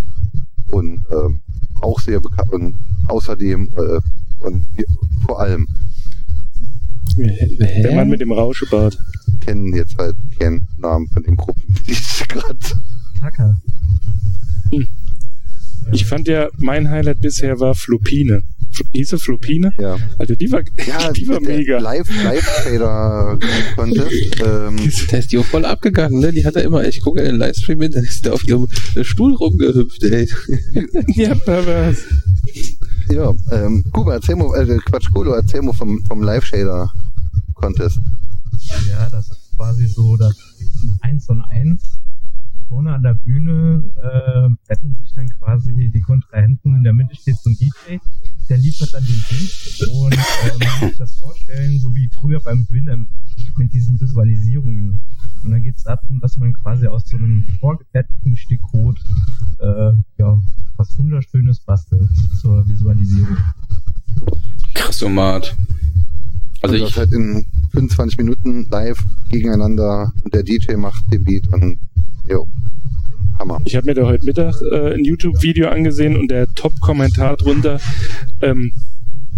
und ähm, auch sehr bekannt und außerdem äh, und wir vor allem
der Mann mit dem Rauschebart.
kennen jetzt halt den Namen von den Gruppen, (laughs) die ich gerade
Kaka.
Ich fand ja, mein Highlight bisher war Flupine. F- Hieße Flupine?
ja,
Also die war,
ja
(laughs) die war
der
mega.
Live Live Trader Contest ähm,
Da ist die auch voll abgegangen, ne? Die hat er immer, ich gucke den Livestream mit, da ist der auf ihrem äh, Stuhl rumgehüpft, ey.
Ja, pervers.
ja ähm, Kuba erzähl mal äh, Quatsch Kolo erzähl mal vom vom Live Trader Contest
Ja, das ist quasi so das 1 und 1. Vorne an der Bühne äh, betteln sich dann quasi die Kontrahenten. In der Mitte steht so ein DJ, der liefert dann den Beat und äh, man muss sich das vorstellen, so wie früher beim Winamp mit diesen Visualisierungen. Und dann geht es darum, dass man quasi aus so einem vorgefertigten Stück Code äh, ja, was Wunderschönes bastelt zur Visualisierung.
Krassomat. Also
und das
ich,
halt in 25 Minuten live gegeneinander und der DJ macht den Beat und jo Hammer
Ich habe mir da heute Mittag äh, ein YouTube-Video angesehen und der Top-Kommentar drunter. Ähm,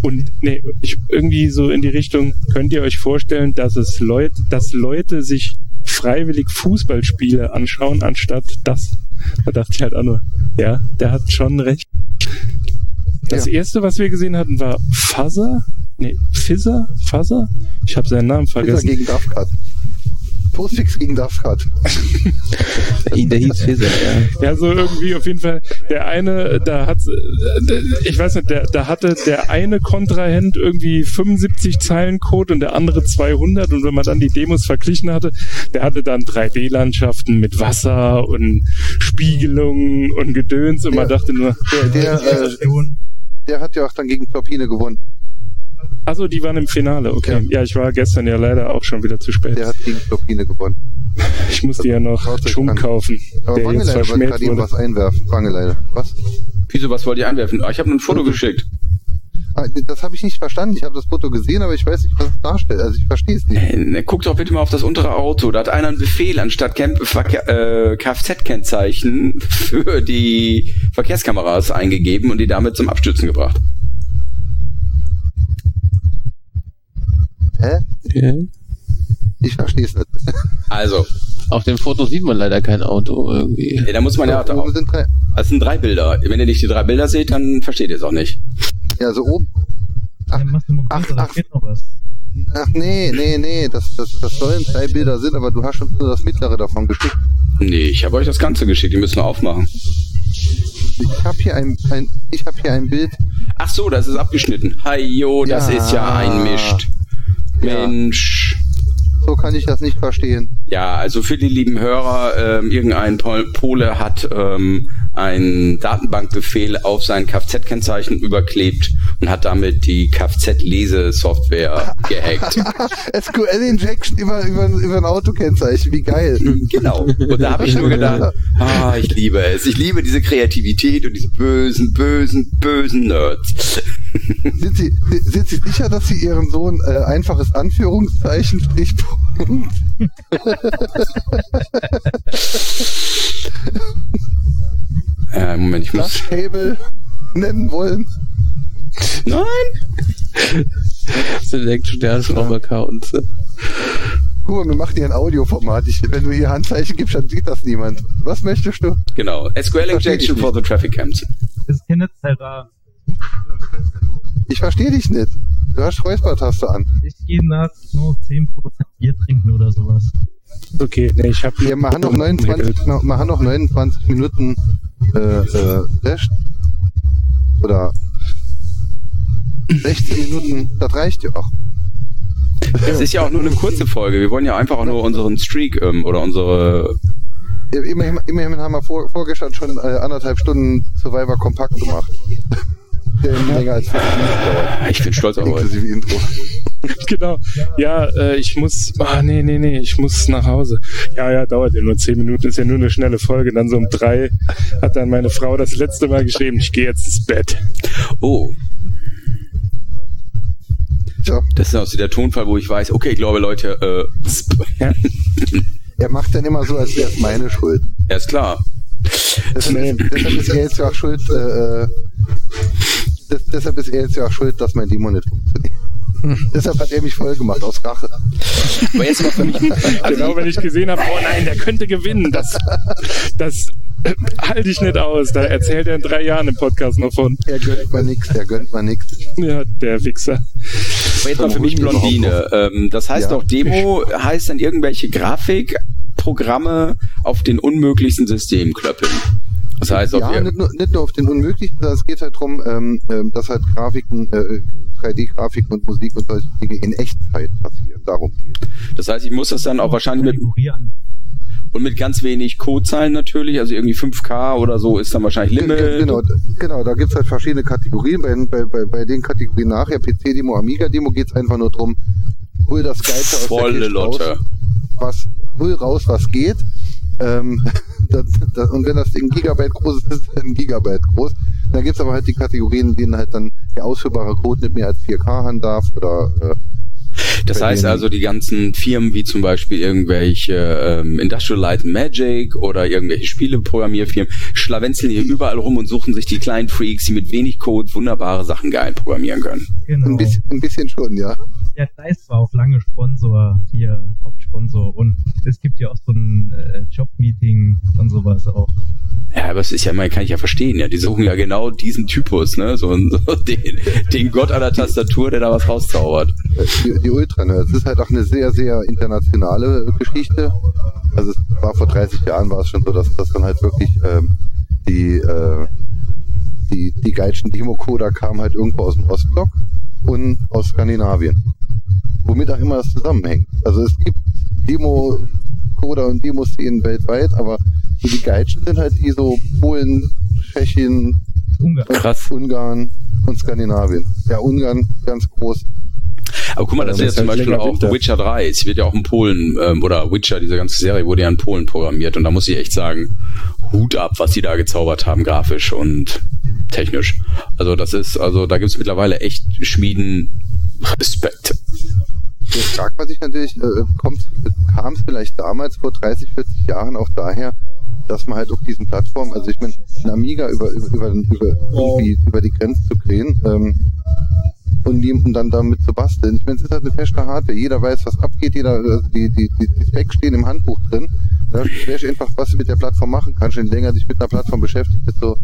und nee, ich, irgendwie so in die Richtung, könnt ihr euch vorstellen, dass es Leut, dass Leute sich freiwillig Fußballspiele anschauen, anstatt das. Da dachte ich halt auch nur, ja, der hat schon recht. Das
Ja.
erste, was wir gesehen hatten, war Fazzer. Nee, Fizzer? Fazzer? Ich habe seinen Namen
Pizza
vergessen.
gegen Dafkat Postfix gegen Dafkat.
Der hieß Cäsar, ja.
Ja, so irgendwie auf jeden Fall. Der eine, da hat, äh, ich weiß nicht, der, da hatte der eine Kontrahent irgendwie 75 Zeilen Code und der andere 200. Und wenn man dann die Demos verglichen hatte, der hatte dann 3D-Landschaften mit Wasser und Spiegelungen und Gedöns. Und man
Ja.
dachte nur,
Der, der, äh,
Station.
der hat ja auch dann gegen Torpine gewonnen.
also die waren im Finale. Okay. Ja. ich war gestern ja leider auch schon wieder zu spät.
Der hat gegen Torpine gewonnen.
Ich musste ja noch
Warte, ich
Schum
kann-
kaufen,
Aber
der jetzt
Wangeleide wollte
verschmäht
gerade ihm
wurde.
was einwerfen. Wangeleide. Was?
Wieso, was wollt ihr anwerfen? Ah, Ich habe ein Foto geschickt.
Ah, Das habe ich nicht verstanden. Ich habe das Foto gesehen, aber ich weiß nicht, was es darstellt. Also ich verstehe es nicht.
Äh, ne, Guck doch bitte mal auf das untere Auto. Da hat einer einen Befehl anstatt Camp- Verke- äh, Kfz-Kennzeichen für die Verkehrskameras eingegeben und die damit zum Abstürzen gebracht.
Hä?
ja.
Ich verstehe es nicht.
Also,
Auf dem Foto sieht man leider kein Auto irgendwie.
äh, da muss man ja. Da,
Also oben sind drei.
das sind drei Bilder. Wenn ihr nicht die drei Bilder seht, dann versteht ihr es auch nicht.
Ja, so oben.
Dann machst du mal
äh, Ach,
größer, da
ach.
fehlt noch was.
Ach nee, nee, nee. Das, das, das sollen drei Bilder sind, aber du hast uns nur das mittlere davon geschickt.
Nee, ich habe euch das Ganze geschickt. Ihr müsst nur aufmachen.
Ich habe hier ein, ein ich habe hier ein Bild.
Ach so, das ist abgeschnitten. Hajo, das
Ja.
ist ja einmischt.
Ja.
Mensch.
So kann ich das nicht verstehen. (laughs)
Ja, also für die lieben Hörer, ähm, irgendein Pol Pole hat ähm, einen Datenbankbefehl auf sein Kfz-Kennzeichen überklebt und hat damit die Kfz-Lesesoftware gehackt.
SQL Injection über über über ein Autokennzeichen. Wie geil.
genau. Und da habe ich nur gedacht, ah, ich liebe es. Ich liebe diese Kreativität und diese bösen, bösen, bösen Nerds. (laughs)
Sind Sie sind Sie sicher, dass Sie Ihren Sohn äh, einfaches Anführungszeichen Strichpunkt?
Äh, Moment, ich muss.
Cable nennen wollen.
Nein!
Select Sternschrauber-Accounts.
Guck mal, wir machen hier ein Audioformat. Ich, wenn du ihr Handzeichen gibst, dann sieht das niemand. Was möchtest du?
Genau. SQL Injection for the Traffic Camps.
Das kennt halt da.
Ich verstehe dich nicht. Du hast Räuspertaste an.
Ich gehe nach nur 10% Bier trinken oder sowas.
Okay, nee, ich habe
Wir machen noch 29, wir machen noch 29 Minuten äh, äh, Rest. Oder 16 Minuten. Das reicht ja auch.
Es ist ja auch nur eine kurze Folge. Wir wollen ja einfach auch nur unseren Streak ähm, oder unsere
Ja, Immerhin, immerhin haben wir vor, vorgestern schon äh, anderthalb Stunden Survivor kompakt gemacht. Der länger als 15 Minuten dauert.
Ich bin stolz
(laughs)
auf euch.
Inklusive Intro.
(laughs) genau. Ja, äh, ich muss. Ah, nee, nee, nee, ich muss nach Hause. Ja, ja, dauert ja nur zehn Minuten, ist ja nur eine schnelle Folge. Dann so um drei hat dann meine Frau das letzte Mal geschrieben, ich gehe jetzt ins Bett.
Oh,
Tja,
das ist also der Tonfall, wo ich weiß, okay, ich glaube, Leute, äh, sp-
er macht dann immer so, als wäre es meine Schuld.
ja, ist klar.
Deshalb, deshalb ist er jetzt ja auch schuld, äh, äh, des, deshalb ist er jetzt ja auch schuld, dass mein Demo nicht funktioniert. deshalb hat er mich voll gemacht, aus Rache.
Aber jetzt mal für mich.
genau, wenn ich gesehen habe, oh nein, der könnte gewinnen. Das, das (laughs) äh, halte ich nicht aus. Da erzählt er in drei Jahren im Podcast noch von.
Er gönnt mir nichts, er gönnt mir nichts.
Ja, der Wichser.
Aber jetzt mal für mich Blondine. Ähm, das heißt
Ja.
doch, Demo heißt dann irgendwelche Grafikprogramme auf den unmöglichsten Systemen klöppeln. Das heißt auf
Ja,
ihr-
nicht nur, nicht nur auf den Unmöglichen, sondern es geht halt darum, ähm, ähm, dass halt Grafiken, äh, 3D-Grafiken und Musik und solche Dinge in Echtzeit passieren. Darum geht
das heißt, ich muss das dann auch wahrscheinlich mit
Kategorie an.
und mit ganz wenig Codezeilen natürlich, also irgendwie 5K oder so ist dann wahrscheinlich Limit.
Genau, genau, da gibt's halt verschiedene Kategorien. Bei, bei, bei, bei den Kategorien nachher, PC-Demo, Amiga-Demo, geht's einfach nur drum, hol das Geilste aus der
Volle
Kiste
Lotte.
Raus, was, hol raus, was geht. Ähm, (laughs) das, das, und wenn das in Gigabyte groß ist, ist es in Gigabyte groß. Dann gibt's aber halt die Kategorien, in denen halt dann der ausführbare Code nicht mehr als 4K haben darf oder äh,
Das
Bei
heißt
denen-
also, die ganzen Firmen wie zum Beispiel irgendwelche ähm, Industrial Light and Magic oder irgendwelche Spieleprogrammierfirmen schlawenzeln hier überall rum und suchen sich die kleinen Freaks, die mit wenig Code wunderbare Sachen geil programmieren können.
Genau.
ein, bisschen, ein bisschen schon, ja.
Ja, Dice war auch lange Sponsor, hier Hauptsponsor. Und es gibt ja auch so ein äh, Jobmeeting und sowas auch.
Ja, aber es ist ja, man kann ich ja verstehen, ja. Die suchen ja genau diesen Typus, ne? So, so (laughs) den, den Gott an der Tastatur, der da was rauszaubert.
die, die Ultranerds. Es ist halt auch eine sehr, sehr internationale Geschichte. Also es war vor 30 Jahren war es schon so, dass, dass dann halt wirklich ähm, die, äh, die, die geitschen Democoder kamen halt irgendwo aus dem Ostblock und aus Skandinavien. Womit auch immer das zusammenhängt. Also es gibt Democoder und Demoszenen weltweit, aber so die Geitschen sind halt die so Polen, Tschechien,
Ungarn.
Krass.
Ungarn und Skandinavien. Ja, Ungarn ganz groß.
Aber guck mal, das
Ja,
ist ja zum
das ist halt
Beispiel
länger
auch
Winter.
Witcher 3. Es wird ja auch in Polen, ähm, oder Witcher, diese ganze Serie wurde ja in Polen programmiert. Und da muss ich echt sagen, Hut ab, was die da gezaubert haben, grafisch und technisch. Also das ist, also da gibt's mittlerweile echt Schmieden Respekt.
Jetzt fragt man sich natürlich, äh, kommt, kam es vielleicht damals vor 30, 40 Jahren auch daher, dass man halt auf diesen Plattformen, also ich meine, ein Amiga über, über, über, über, irgendwie über die Grenze zu kriegen ähm, und jemanden dann damit zu basteln. Ich meine, es ist halt eine feste Hardware. Jeder weiß, was abgeht, jeder, also die, die, die, die Specs stehen im Handbuch drin. Da wäre einfach, was du mit der Plattform machen kannst. Je länger dich mit einer Plattform beschäftigt, desto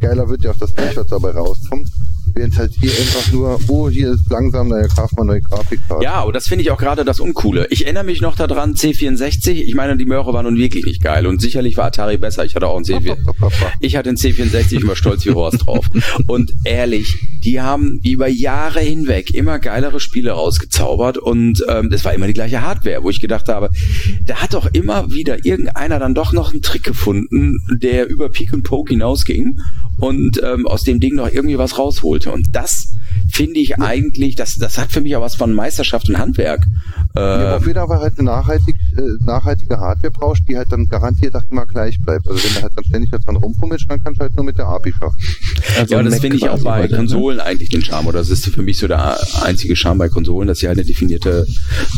geiler wird ja auch das Bild, was dabei rauskommt. Während halt hier einfach nur, oh, hier ist langsam, da kauft man neue Grafikkarte.
Ja, aber das finde ich auch gerade das Uncoole. Ich erinnere mich noch daran, C64, ich meine, die Möhre war nun wirklich nicht geil und sicherlich war Atari besser. Ich hatte auch einen C64.
(laughs)
Ich hatte einen C64 immer stolz wie Horst drauf. Und ehrlich, die haben über Jahre hinweg immer geilere Spiele rausgezaubert und ähm, das war immer die gleiche Hardware, wo ich gedacht habe, da hat doch immer wieder irgendeiner dann doch noch einen Trick gefunden, der über Peak und Poke hinausging und ähm, aus dem Ding noch irgendwie was rausholte. Und das finde ich eigentlich, das, das hat für mich auch was von Meisterschaft und Handwerk.
Ja,
Äh,
aber wieder aber halt eine nachhaltig, äh, nachhaltige Hardware brauchst, die halt dann garantiert auch immer gleich bleibt. Also wenn du halt dann ständig daran rumfummelst, dann kannst du halt nur mit der API schaffen.
Also
ja, das
Mac
finde ich auch
quasi
bei
heute, ne?
Konsolen eigentlich den Charme. Oder das ist für mich so der einzige Charme bei Konsolen, dass sie halt eine definierte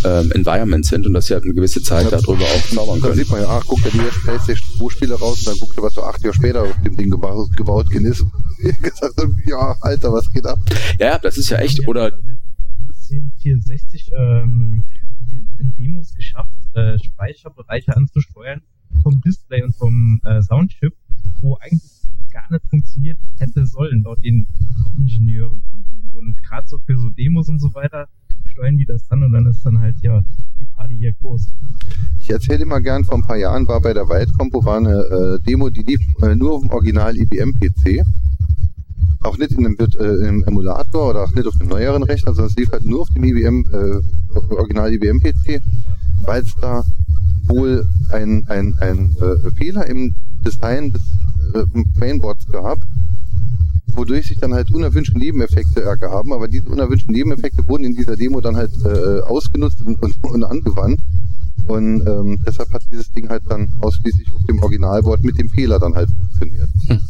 ähm, Environment sind und dass sie halt eine gewisse Zeit darüber auch zaubern
Und dann
können.
sieht man ja, ach, guck dir die ersten PlayStation 2 Spiele raus und dann guckst du, was so acht Jahre später auf dem Ding gebaut, gebaut ist. Ich gesagt, hab, (laughs) ja, Alter, was geht ab?
Ja, ja, das ist ja echt. Oder
1064 ähm, die- in Demos geschafft, äh, Speicherbereiche anzusteuern vom Display und vom äh, Soundchip, wo eigentlich gar nicht funktioniert hätte sollen, laut den Ingenieuren von denen. Und gerade so für so Demos und so weiter steuern die das dann und dann ist dann halt ja die Party hier groß.
Ich erzähle immer gern, vor ein paar Jahren war bei der Wildcompo war eine äh, Demo, die lief äh, nur auf dem Original IBM-PC. Auch nicht in einem, Virt- äh, im Emulator oder auch nicht auf dem neueren Rechner, sondern es lief halt nur auf dem IBM, äh, auf dem Original IBM-PC, weil es da wohl ein, ein, ein äh, Fehler im Design des äh, Mainboards gab, wodurch sich dann halt unerwünschte Nebeneffekte ergaben, aber diese unerwünschten Nebeneffekte wurden in dieser Demo dann halt äh, ausgenutzt und, und, und angewandt. Und ähm, deshalb hat dieses Ding halt dann ausschließlich auf dem Originalboard mit dem Fehler dann halt funktioniert.
Hm.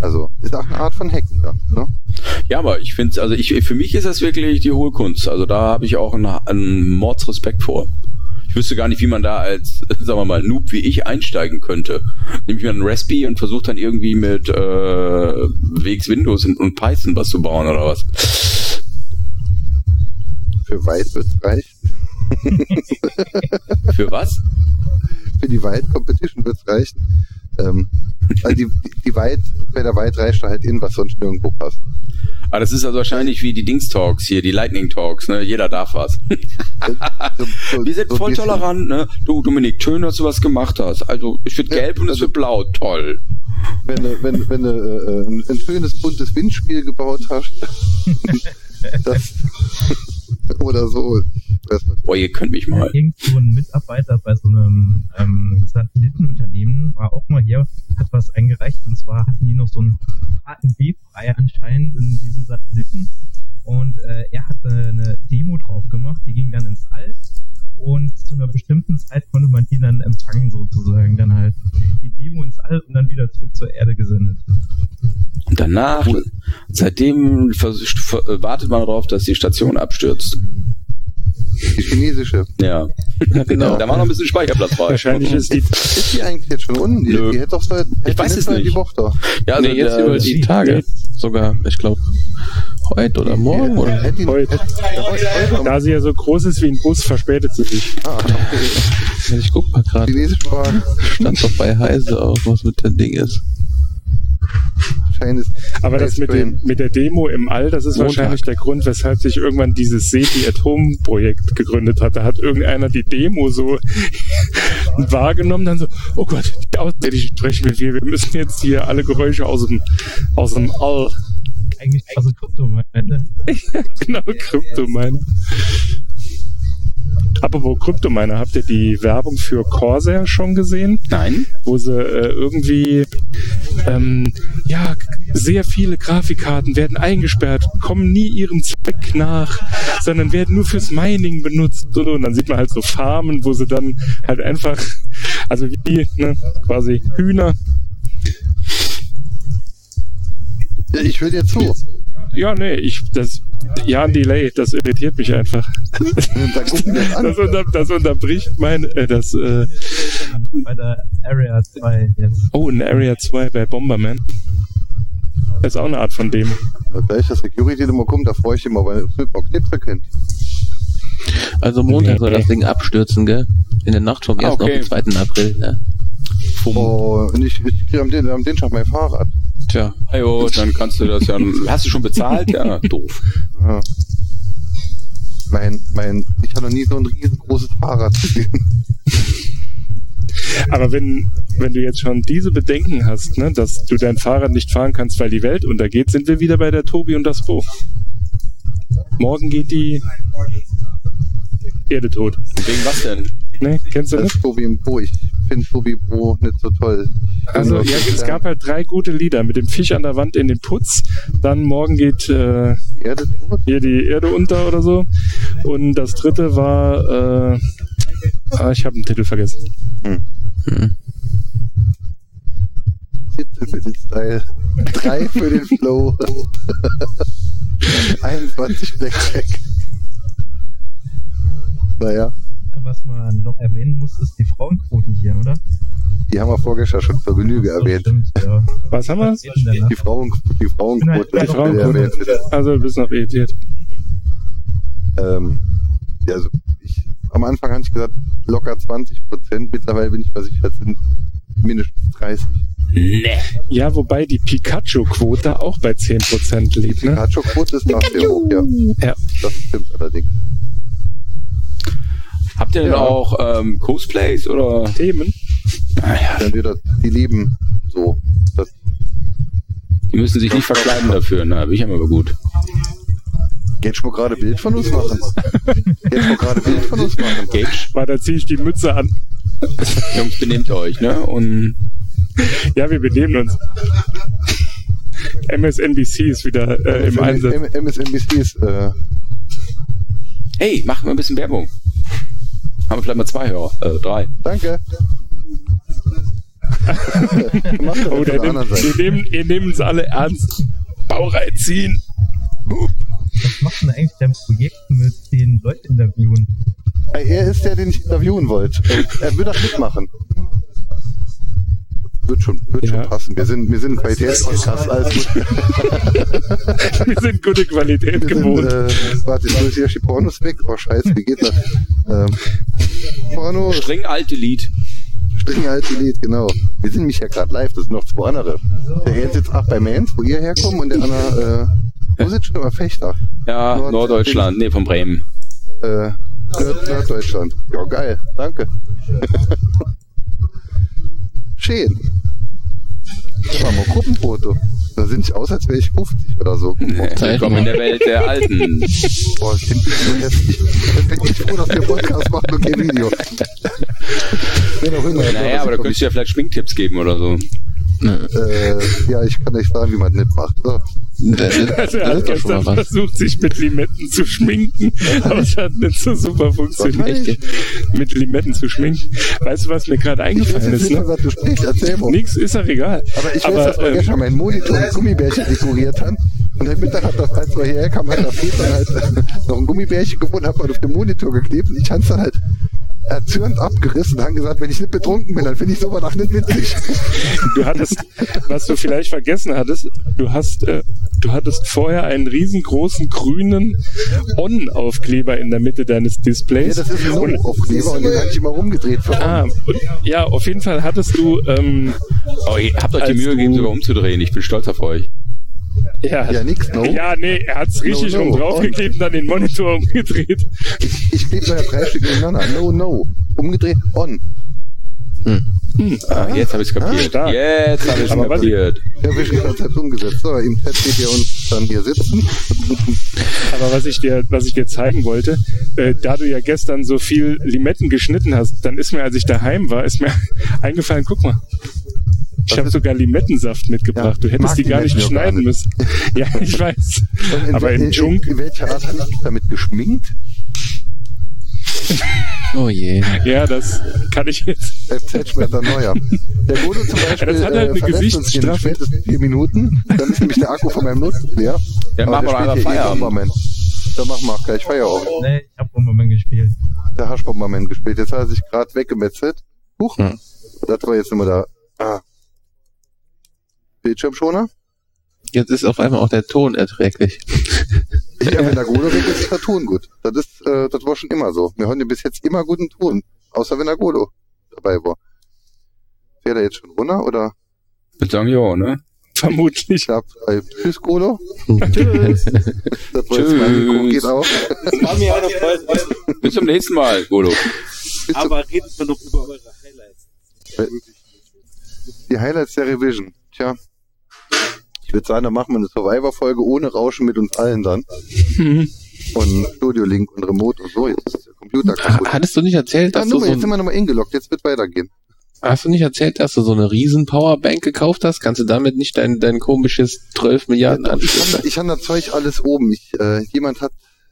Also ist auch eine Art von Hacken dann. Ne?
ja, aber ich finde, also ich für mich ist das wirklich die hohe Kunst. Also da habe ich auch einen, einen Mordsrespekt vor. Ich wüsste gar nicht, wie man da als, (laughs) sagen wir mal, Noob wie ich einsteigen könnte. Nehme ich mir einen Raspi und versuche dann irgendwie mit äh, Wegs Windows und, und Python was zu bauen oder was.
Für weit wird's reich.
Für was?
Für die Wide Competition wird's reichen. Ähm, also die, die, die Wide, bei der Wide reicht da halt in, was sonst nirgendwo passt.
Ah, das ist also wahrscheinlich wie die Dings-Talks hier, die Lightning-Talks, ne? Jeder darf was.
So, so,
Wir sind
so ein
voll
bisschen-
tolerant, ne? Du, Dominik, schön, dass du was gemacht hast. Also, es wird
Ja,
gelb und es
also-
wird blau. Toll.
Wenn du wenn, wenn, du, äh, ein, ein schönes buntes Windspiel gebaut
(laughs)
hast, das oder so. Ich weiß nicht.
Boah, ihr könnt mich mal.
Irgend so ein Mitarbeiter bei so einem ähm, Satellitenunternehmen war auch mal hier, hat was eingereicht und zwar hatten die noch so einen AMB-Brei anscheinend in diesem Satelliten und äh, er hat äh, eine Demo drauf gemacht, die ging dann ins All und zu einer bestimmten Zeit konnte man die dann empfangen sozusagen, dann halt die Demo ins All und dann wieder zurück zur Erde gesendet.
Und danach,
Cool.
seitdem vers- ver- äh, wartet man darauf, dass die Station abstürzt.
Die chinesische.
Ja.
Ja, genau.
(laughs) Da war noch ein bisschen Speicherplatz frei.
Wahrscheinlich ist die
Ist die eigentlich jetzt schon unten? Die,
Nö.
die hätte doch seit, hätte
weiß es
seit
nicht.
die Woche doch.
(laughs) Ja, also
nee, jetzt
der,
über die Tage sogar, ich glaube, heute oder morgen oder
Hätte die-
Heute.
hätte- da war ich heute am-
Da sie ja so groß ist wie ein Bus, verspätet sie sich.
Ah, okay.
Also ich guck mal gerade,
Chinesisch war
stand doch bei Heise auch, was mit dem Ding ist.
Chinese
Aber das mit,
Space
dem, mit der Demo im All, das ist
Montag.
wahrscheinlich der Grund, weshalb sich irgendwann dieses Seti Atom Projekt gegründet hat. Da hat irgendeiner die Demo so (laughs) wahrgenommen, dann so, oh Gott, die Ausländischen sprechen mit wir, wir müssen jetzt hier alle Geräusche aus dem, aus dem All, (laughs)
Eigentlich also Kryptomärkte.
genau, Kryptomine. Aber wo Kryptomine, habt ihr die Werbung für Corsair schon gesehen?
Nein.
wo sie äh, irgendwie ähm, ja sehr viele Grafikkarten werden eingesperrt, kommen nie ihrem Zweck nach, sondern werden nur fürs Mining benutzt und, und dann sieht man halt so Farmen, wo sie dann halt einfach also wie ne, quasi Hühner.
Ja, Ich höre dir zu.
Ja, nee, ich das ja ein Delay, das irritiert
(laughs)
mich einfach.
Dann gucken wir es an.
Das, unter, das unterbricht mein äh, das äh,
Bei der Area 2 jetzt.
oh in Area 2 bei Bomberman. Das ist auch eine Art von Demo.
Da ich das Security nochmal kommt, da freue ich mich immer, weil es mit Knipse kennt.
Also Montag soll
Nee.
das Ding abstürzen, gell? In der Nacht vom
Ah,
1.
okay.
auf den 2. April, ne?
Oh, und ich, ich kriege am, Den- am Dienstag mein Fahrrad.
Tja.
Ajo, dann kannst du das ja. Hast du schon bezahlt? Ja, (laughs) doof.
Ja. Mein, mein, ich habe noch nie so ein riesengroßes Fahrrad gesehen.
(laughs) Aber wenn, wenn du jetzt schon diese Bedenken hast, ne, dass du dein Fahrrad nicht fahren kannst, weil die Welt untergeht, sind wir wieder bei der Tobi und das Bo. Morgen geht die Erde tot.
Wegen was denn?
Ne, kennst du
Das
das?
ist Tobi im Bo. Ich finde Tobi Bo nicht so toll.
Also ja, es gab halt drei gute Lieder mit dem Fisch an der Wand in den Putz, dann morgen geht äh,
Ja, das ist
hier die Erde unter oder so und das dritte war äh, ah, ich habe den Titel vergessen.
Hm.
Titel für den Style. Drei für den Flow. (laughs) 21 Blackjack. Naja,
Was man noch erwähnen muss, ist die Frauenquote hier, oder?
die haben wir vorgestern schon zur Genüge erwähnt.
Stimmt, ja.
Was haben wir?
In der Nacht.
Die, Frauen, die Frauenquote.
Die Frauenquote.
erwähnt.
Also du bist noch irritiert.
Ähm, ja, also ich, am Anfang hatte ich gesagt, locker 20 Prozent. Mittlerweile bin ich mir sicher, es sind mindestens 30.
Nee.
Ja, wobei die Pikachu-Quote auch bei 10% liegt, ne?
Pikachu-Quote ist nach dem hoch, ja.
Ja.
Das stimmt allerdings.
Habt ihr denn
Ja.
auch ähm, Cosplays oder?
Themen.
Naja,
Dann wird das, die lieben so. Das,
die müssen sich nicht verkleiden dafür. Na, bin ich aber gut. (laughs)
jetzt schon mal gerade Bild von uns machen. Jetzt mal gerade Bild von uns machen.
Gage,
Weil da ziehe ich die Mütze an.
Jungs, benehmt euch, ne? Und
Ja, wir benehmen uns. MSNBC ist wieder äh, im Einsatz.
M- MSNBC ist, äh,
hey, macht mal ein bisschen Werbung. Haben wir vielleicht mal zwei Hörer, äh, drei.
danke. Mach doch
Oh,
von
der
der anderen
nimmt,
Seite.
wir, nehmen, wir nehmen es
(laughs)
alle ernst. Baureihe ziehen.
Was macht denn eigentlich dein Projekt mit den Leuten interviewen?
Er ist der, den ich interviewen wollte. Er- Er will das mitmachen. Wird schon, wird
Ja.
schon passen. Wir sind, wir sind ein Qualitätspodcast. Alles gut.
Wir sind gute Qualität
Wir sind,
gewohnt.
äh, warte, ich muss hier die Pornos weg. Oh, scheiße, wie geht das? Ähm, Pornos,
Streng alte Lied.
springen alte Lied, genau. Wir sind mich ja gerade live, das sind noch zwei andere. Der Jens sitzt auch bei Mans, wo ihr herkommt, und der andere, äh, wo sitzt schon immer Fechter?
Ja,
Nord-
Norddeutschland, nee, von Bremen.
Äh, Nord Norddeutschland. Ja, geil, danke. (laughs) Schön. Da war mal ein Gruppenfoto. Da sind ich aus, als wäre ich 50 oder so.
Nee, willkommen in der Welt der Alten.
Boah, ich bin so hässlich. Deswegen bin ich froh, dass wir Podcast machen und kein
(laughs)
Video. Wer auch immer.
Naja, aber da könntest du ja vielleicht Schminktipps geben oder so.
äh, ja, ich kann euch sagen, wie man das macht. So.
Das, das
(laughs) Also er hat
ist doch schon
gestern
mal was.
versucht, sich mit Limetten zu schminken, aber es hat nicht so super
Was
funktioniert.
meinst
Mit Limetten zu schminken. Weißt du, was mir gerade
Ich weiß
eingefallen
jetzt
ist?
nicht
Ne?
mehr, was du sprichst. Erzähl mal.
Nix ist doch egal.
Aber ich weiß, dass wir
ähm,
gestern meinen Monitor mit Gummibärchen dekoriert haben. Und heute Mittag hat das, als wir hierher kamen, hat der Peter halt noch ein Gummibärchen gefunden, hat man auf den Monitor geklebt. Und ich habe es dann halt erzürnt abgerissen und haben gesagt, wenn ich nicht betrunken bin, dann finde ich sowas auch nicht witzig.
Du hattest, was du vielleicht vergessen hattest, du hast äh, Du hattest vorher einen riesengroßen grünen On-Aufkleber in der Mitte deines
Ja,
Displays.
das ist ein
Und-
No-Aufkleber und den hatte ich immer rumgedreht. Für
Ah, und, ja, auf jeden Fall hattest du, ähm,
Oh, ihr habt euch die
Als
Mühe
du-
gegeben, sogar umzudrehen. Ich bin stolz auf euch.
ja,
ja, nix, no.
ja, nee, er hat's richtig
No, no.
rum draufgeklebt und dann den Monitor (laughs) umgedreht.
Ich klebe da ja drei Stück ineinander. No, no. Umgedreht, on.
Ah, jetzt habe ich es kapiert.
stark.
jetzt habe ich es
Aber was-
kapiert.
Der Wischenkonzept umgesetzt. So, im Chat seht ihr uns dann hier sitzen.
Aber was ich dir, was ich dir zeigen wollte, äh, da du ja gestern so viel Limetten geschnitten hast, dann ist mir, als ich daheim war, ist mir (laughs) eingefallen, guck mal. Ich habe sogar Limettensaft mitgebracht.
Ja,
du
ich
hättest
mag
die gar nicht
Limetten ja gar
schneiden müssen. Ja,
(laughs)
ich weiß.
Und in
Aber
wel-
im Dschungel.
in welcher Art habe ich damit geschminkt?
Oh je.
Ja, das kann ich jetzt. (laughs)
Äh, FZ-Schmetter Neuer. Der Golo zum Beispiel äh,
Das hat halt
verlässt
eine
uns in
Gesichtsstrafe.
spätestens vier Minuten. Dann ist nämlich der Akku von meinem Notebook leer.
Ja,
Aber
machen wir
der
doch
spielt
einfach
hier eh
Feierabend.
Bomberman. Dann machen wir auch gleich Feierabend.
Nee, ich hab Bomberman gespielt.
Der Haschbomberman gespielt. Jetzt hat er sich gerade weggemetzelt. Huch,
Hm.
das war jetzt immer da. Ah. Bildschirmschoner?
Jetzt ist auf einmal auch der Ton erträglich.
Ja, wenn der Golo weg ist, ist der Ton gut. Das ist, äh, das war schon immer so. Wir hören ja bis jetzt immer guten Ton. Außer wenn der Golo dabei war. Fährt er jetzt schon runter oder?
Mit Song Jo, ne?
Vermutlich.
Klapp. Äh, tschüss, Golo. (laughs) Das war jetzt
Tschüss.
mein Mikro. Geht auch.
War mir eine Freude,
Bis zum nächsten Mal, Golo.
aber reden wir noch über eure Highlights.
Die Highlights der Revision. Tja. Ich würde sagen, da machen wir eine Survivor-Folge ohne Rauschen mit uns allen dann. Mhm. Und Studio Link und Remote und so. Jetzt ist der Computer kaputt.
Ha- Ah, Hattest du nicht erzählt,
Ah,
dass du
nur,
so
Ah, jetzt sind
ein,
wir nochmal ingeloggt. Jetzt wird weitergehen.
hast du nicht erzählt, dass du so eine riesen Powerbank gekauft hast? Kannst du damit nicht dein, dein komisches 12 Milliarden
Ich
anschließen?
habe ich hab das Zeug alles oben. Ich, äh, jemand hat,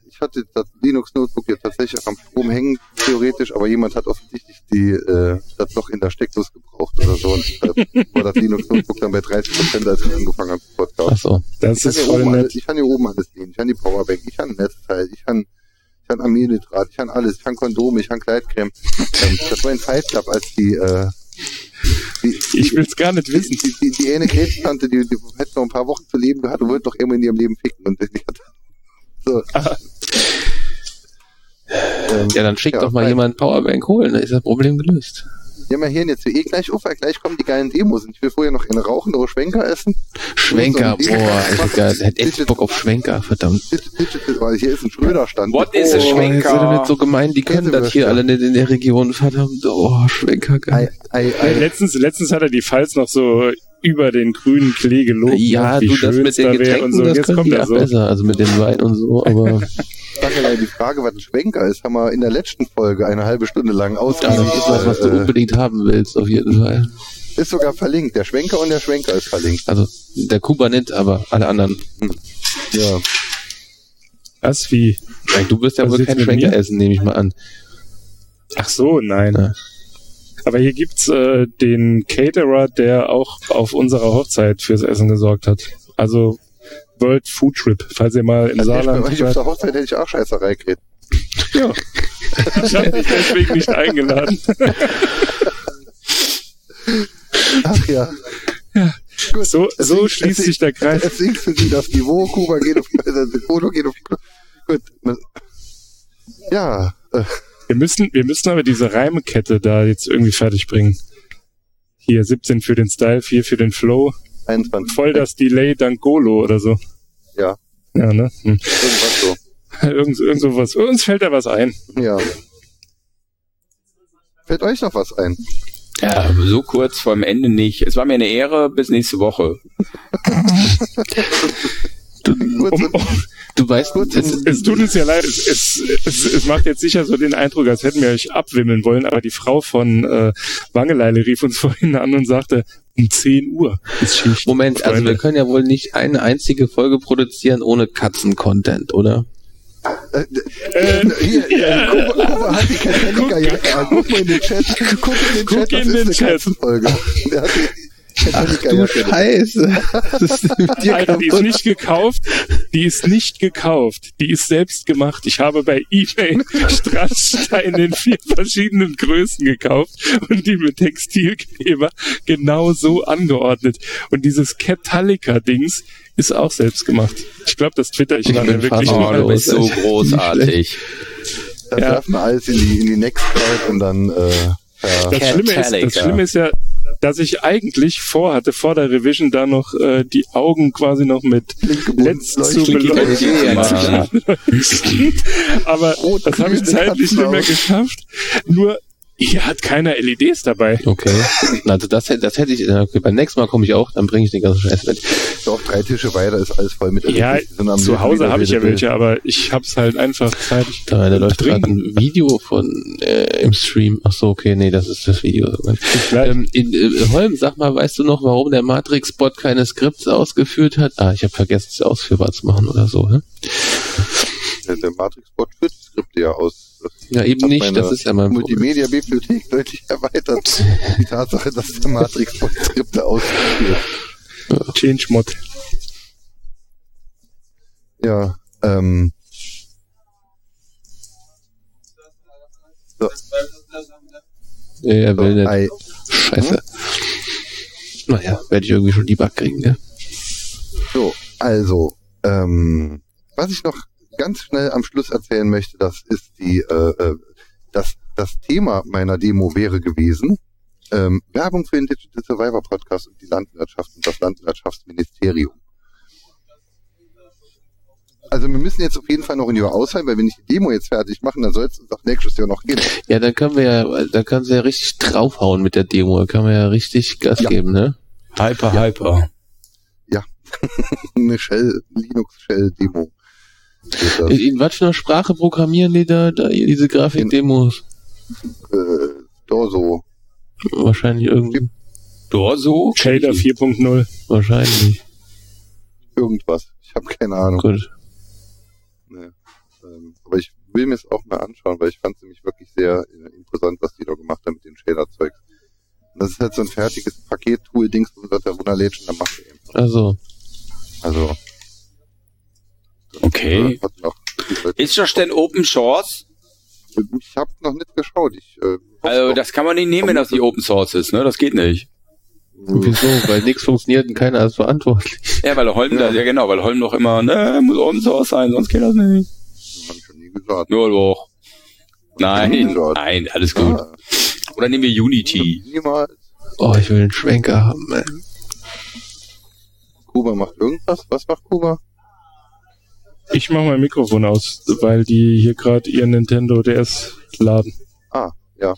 ich hatte das Linux-Notebook jetzt tatsächlich am Strom hängen, theoretisch, aber jemand hat offensichtlich die, äh, das Loch in der Steckdose gebraucht oder so. Und deshalb war das Linux-Notebook dann bei 30 Prozent, als wir angefangen haben zu podcasten.
Ach so.
Das
Ich
ist
kann, hier
voll
oben
nett.
alles, ich kann hier oben alles nehmen. Ich kann die Powerbank, ich kann ein Netzteil, ich kann, ich kann Aminidrat, ich kann alles, ich kann Kondome, ich kann Kleidcreme. Ähm, das war ein Fight Club, als die, äh, die,
Ich will's gar nicht
die,
wissen.
die, die, die eine Krebstante, die, die hätte noch ein paar Wochen zu leben gehabt und wollte doch immer in ihrem Leben ficken. Und die hat, so. ähm,
Ja, dann schick
Ja,
doch mal
nein.
jemand Powerbank holen, dann ist das Problem gelöst.
ja, wir hören jetzt eh gleich auf, weil gleich kommen die geilen Demos. Und ich will vorher noch eine rauchen, noch Schwenker essen.
Schwenker,
So ein Ding.
boah, ist egal. Ich hätte echt
Digital-
Bock auf Schwenker, verdammt.
Digital, oh, hier ist ein Schröderstand.
What is a
Oh,
Schwenker?
jetzt sind wir nicht so gemein, die kennen das hier alle nicht in der Region, verdammt. Oh, Schwenker,
Ei,
geil.
ei,
Äh,
ei.
Letztens, letztens hat er die Pfalz noch so über den grünen Klee gelobt. ne?
Ja,
wie
du, das
schön's
mit den
da wär
Getränken,
und so.
das
Jetzt
können
kommt
die
er
auch
so.
besser, also mit dem Wein und so,
(laughs)
aber
Danke, die Frage, was ein Schwenker ist, haben wir in der letzten Folge eine halbe Stunde lang
das
ausgiebig.
ist Also was, was du
äh,
unbedingt haben willst, auf jeden Fall.
ist sogar verlinkt. Der Schwenker und der Schwenker ist verlinkt.
Also, der Kuba nicht, aber alle anderen.
Ja.
Was wie?
Du wirst ja
Was
wohl
ist
kein
mit
Schwenker
mir?
essen, nehme ich mal an.
Ach so, nein.
Ja.
Aber hier gibt's äh, den Caterer, der auch auf unserer Hochzeit fürs Essen gesorgt hat. Also World Food Trip, falls ihr mal im
Also ich, bei
Saarland
euch auf
seid.
der Hochzeit hätte ich auch Scheißerei geredet.
Ich habe dich deswegen
(laughs)
nicht eingeladen.
Ach ja. Gut.
So, so
Deswegen-
schließt sich
deswegen-
der Kreis.
Es sinkt für sie das Niveau. Kuba geht auf das Foto, geht auf Gut. Ja. äh,
Wir müssen, wir müssen aber diese Reimekette da jetzt irgendwie fertig bringen. Hier 17 für den Style, 4 für den Flow,
21.
voll das Delay dank Golo oder so.
Ja.
Ja, ne? Hm. (laughs)
Irgendwas so.
Irgend, irgend sowas. Uns fällt da was ein.
Ja. Fällt euch noch was ein?
Ja, aber so kurz vor dem Ende nicht. Es war mir eine Ehre. Bis nächste Woche.
Kurz
Um,
und-
um,
Du weißt
Gut,
gut,
und-
es tut uns ja leid, es, es, es, es macht jetzt sicher so den Eindruck, als hätten wir euch abwimmeln wollen, aber die Frau von äh, Wangeleile rief uns (laughs) vorhin an und sagte, um 10 Uhr ist Schicht.
Moment, also wir können ja wohl nicht eine einzige Folge produzieren ohne Katzen-Content, oder?
Äh,
Hier,
(laughs)
hier, Kuba, Kuba hat die Katalika-Jacke an. Guck mal in den Chat. Guck in den
Guck
Chat, das
in den
ist
Chat.
eine Katzenfolge. Der hat die-
Ach du Scheiße. Das
(laughs)
ist mit dir
Alter, die ist
kaputt.
nicht gekauft. Die ist nicht gekauft. Die ist selbst gemacht. Ich habe bei eBay
(laughs)
Strasssteine in vier verschiedenen Größen gekauft und die mit Textilkleber genau so angeordnet. Und dieses Catalyca-Dings ist auch selbst gemacht. Ich glaube, das twitter ich
Ich
gerade
bin
wirklich
fast
Oh,
mal.
du bist so großartig.
Dann
Ja.
werfen wir alles in die, in die Next Cloud und dann äh, ver-
Das Schlimme, ist, das
Catalyca.
Schlimme ist ja, dass ich eigentlich vorhatte, vor der Revision da noch äh, die Augen quasi noch mit (laughs) Let's zu beleuchten.
Mann.
Aber
Rot,
das habe ich
grün,
zeitlich nicht mehr
Katzenauge.
geschafft. Nur, hier hat keiner LEDs dabei.
Okay. Na, also das, hätte- das hätte ich. na, Okay, beim nächsten Mal komme ich auch, dann bringe ich den ganzen Scheiß mit.
Doch, drei Tische weiter ist alles voll mit
Ja,
LEDs, die sind am
Zu
Ende
Hause
wieder
habe ich ja
visible.
welche, aber ich habe es halt einfach zeitlich.
Da, da läuft
dringend.
gerade ein Video von äh, im Stream. Ach so, okay, nee, das ist das Video. Ähm, in, äh, Holm, sag mal, weißt du noch, warum der Matrix-Bot keine Skripts ausgeführt hat? Ah, ich habe vergessen, sie ausführbar zu machen oder so. Ne?
Der- Der Matrix-Bot führt die Skripte ja aus. Das
Ja, eben
hat
nicht.
meine
Das ist ja mein Problem.
Multimedia-Bibliothek deutlich
(laughs)
erweitert. Die Tatsache, dass der Matrix-Bot Skripte ausführt.
Change Mod.
Ja, ähm,
Ja, Er will nicht.
I,
Scheiße. Naja, werde ich irgendwie schon die Bug kriegen, ne?
so, also, ähm, was ich noch ganz schnell am Schluss erzählen möchte, das ist die, äh, äh, das, das Thema meiner Demo wäre gewesen, ähm, Werbung für den Digital Survivor Podcast und die Landwirtschaft und das Landwirtschaftsministerium. Also wir müssen jetzt auf jeden Fall noch in die Auswahl, weil wenn ich die Demo jetzt fertig machen, dann soll es uns auch nächstes Jahr noch gehen.
Ja, dann können wir ja, dann können sie ja richtig draufhauen mit der Demo. Da kann man ja richtig Gas
Ja.
geben, ne?
Hyper, hyper.
(laughs) Eine Shell, Linux Shell Demo. Geht das,
In, in was für einer Sprache programmieren die da, da hier diese Grafikdemos?
äh, Dorso.
Wahrscheinlich irgendwie.
Dorso?
Shader 4.0.
Wahrscheinlich.
irgendwas. Ich habe keine Ahnung.
Gut.
Nee. Ähm, aber ich will mir es auch mal anschauen, weil ich fand es nämlich wirklich sehr äh, imposant, was die da gemacht haben mit dem Shader-Zeug. Und Das ist halt so ein fertiges Paket-Tool-Dings, wo du das herunterlädst und dann machst du eben.
Also,
Also,
Okay.
äh, hat noch,
Ist das denn Open Source?
ich habe noch nicht geschaut. Ich, äh, hoffe
Also,
doch.
das kann man nicht nehmen, wenn das nicht Open Source ist, ne? Das geht nicht.
äh, Hm.
wieso? Weil nichts funktioniert und keiner ist verantwortlich.
Ja, weil Holm da, ja genau, weil Holm noch immer, ne, muss Open Source sein, sonst geht das nicht.
hab ich schon nie gesagt.
Nur doch. Nein,
Gott.
nein, alles gut.
Ah,
Oder nehmen wir Unity.
also niemals.
Oh, ich will einen Schwenker haben, man.
Kuba macht irgendwas. Was macht Kuba?
Ich mache mein Mikrofon aus, weil die hier gerade ihren Nintendo DS laden.
Ah, ja.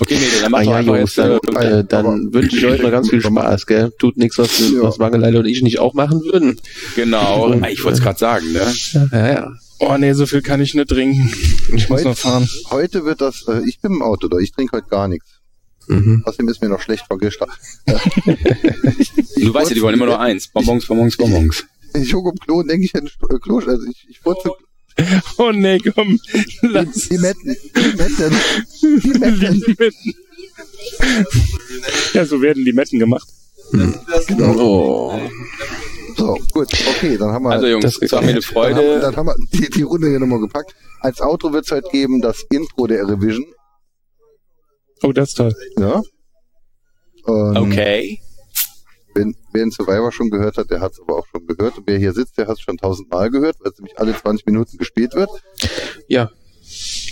Okay, nee, dann
Ah
machen wir
ja,
einfach
Jungs,
jetzt,
dann,
äh,
äh, dann wünsche ich euch mal ganz viel Spaß, gell? Tut nichts, was,
Ja.
was Mangeleile und ich nicht auch machen würden.
genau, Ah, ich wollte es gerade sagen, ne?
Ja, ja.
Oh nee, so viel kann ich nicht trinken. (laughs) Ich muss
Heute-
noch fahren.
Heute wird das, äh, ich bin im Auto da, ich trinke heute gar nichts.
Mhm.
Außerdem ist mir noch schlecht von gestern.
Du weißt ja, die wollen immer nur eins. Bonbons, Bonbons, Bonbons.
Ich gucke um Klo und denke ich an St- äh, Klo. Also ich, ich wollte
Oh nee, komm. Lass
die Metten, die Metten, die Metten.
Limetten. Ja, so werden Limetten gemacht.
Oh.
So, gut, okay, dann haben wir,
Also Jungs,
Das
es war mir eine
dann haben, wir-
Freude.
dann haben wir die, die Runde hier nochmal gepackt. Als Outro wird es halt geben, das Intro der Revision.
Oh, das ist toll.
Ja. Ähm,
Okay.
Wenn, wer den Survivor schon gehört hat, der hat es aber auch schon gehört. Und wer hier sitzt, der hat es schon tausendmal gehört, weil es nämlich alle 20 Minuten gespielt wird.
Ja.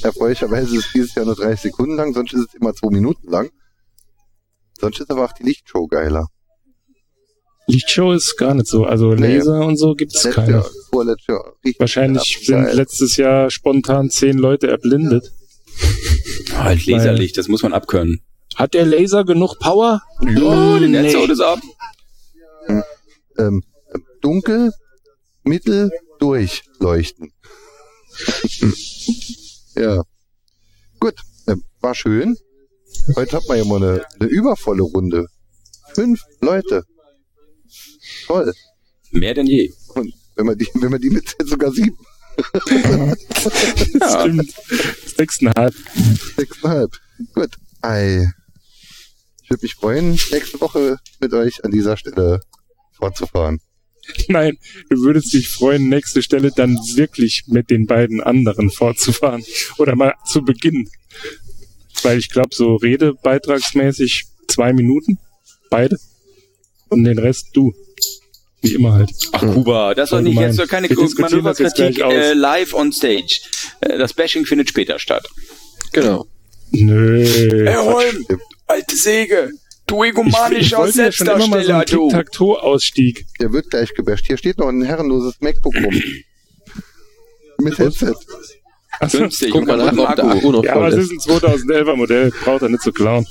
Erfreulicherweise ist es dieses Jahr nur 30 Sekunden lang, sonst ist es immer 2 Minuten lang. Sonst ist aber auch die Lichtshow geiler.
Lichtshow ist gar nicht so. Also
Nee.
Laser und so gibt es
Letztes
keine.
Jahr, vorletztes Jahr. Richtig
Wahrscheinlich
geil.
sind
Geil.
letztes Jahr spontan zehn Leute erblindet.
Halt Laserlicht, das muss man abkönnen.
Hat der Laser genug Power?
Oh, die Netzhaut ist ab.
ähm, dunkel, mittel, durch leuchten. ja. Gut, ähm, war schön. Heute hat man ja mal eine, eine übervolle Runde. Fünf Leute. Toll.
Mehr denn je.
Und wenn man die, wenn man die mitzählt, (laughs) sogar sieben,
Das Stimmt. Sechseinhalb.
sechseinhalb. Gut. Ei. Ich Ich würde mich freuen, nächste Woche mit euch an dieser Stelle fortzufahren.
(laughs) Nein, du würdest dich freuen, nächste Stelle dann wirklich mit den beiden anderen fortzufahren. (laughs) Oder mal zu Beginn. Weil ich glaube, so redebeitragsmäßig zwei Minuten. Beide. Und den Rest du. Wie immer halt.
Ach, Kuba, das soll nicht
Allgemein.
jetzt doch keine
Wir diskutieren das
Manöverkritik
jetzt gleich aus.
äh, live on stage. Äh, das Bashing findet später statt.
Genau.
Nö.
Hey
Äh, Quatsch.
Holm, alte Säge, du
ich, ich
egomanischer
wollte ja schon immer mal so
Selbstdarsteller,
einen
du.
Tic-Tac-Toe-Ausstieg.
Der wird gleich gebasht. Hier steht noch ein herrenloses MacBook rum. Mit Headset.
Achso.
Günstig,
Guck mal
und
nach, ob der Akku noch
Ja, aber
voll
es
ist.
ist ein 2011er Modell. Braucht er nicht zu klauen.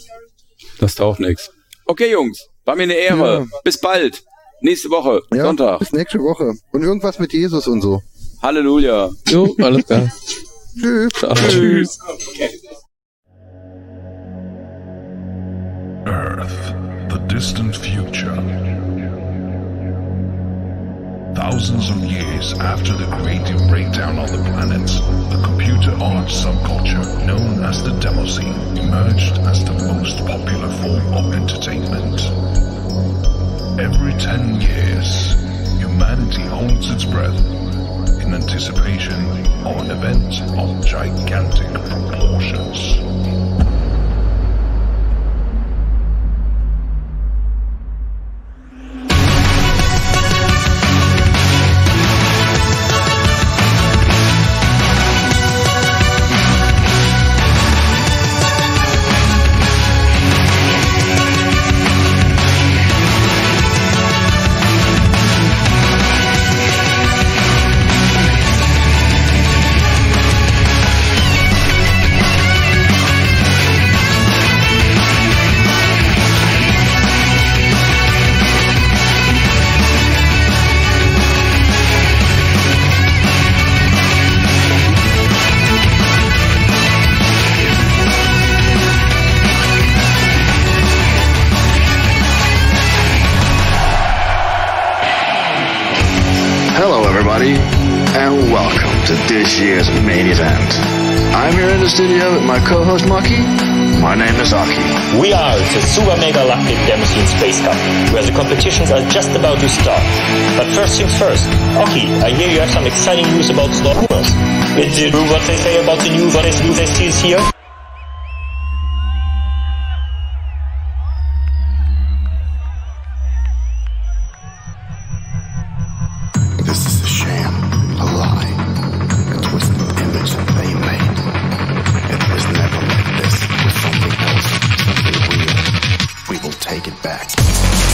Das taucht nix. Okay, Jungs, war mir eine Ehre. Bis bald. Nächste Woche,
Ja,
Sonntag.
Bis nächste Woche. Und irgendwas mit Jesus und so.
Halleluja.
Jo, alles klar.
Tschüss.
Ciao.
Tschüss.
Earth, the distant future. Thousands of years after the creative breakdown on the planets, the computer art subculture known as the Demoscene emerged as the most popular form of entertainment. Every 10 years, humanity holds its breath in anticipation of an event of gigantic proportions.
Hello, everybody, and welcome to this year's main event. I'm here in the studio with my co-host Maki. My name is Aki.
We are the Super Mega Galactic Demoscene Space Cup, where the competitions are just about to start. But first things first, Oki, I hear you have some exciting news about Slot Rumors. Is it true what they say about the new what is new they see is here?
This is a sham, a lie, a twisted image they made. It was never like this. It was something else, something real. We will take it back.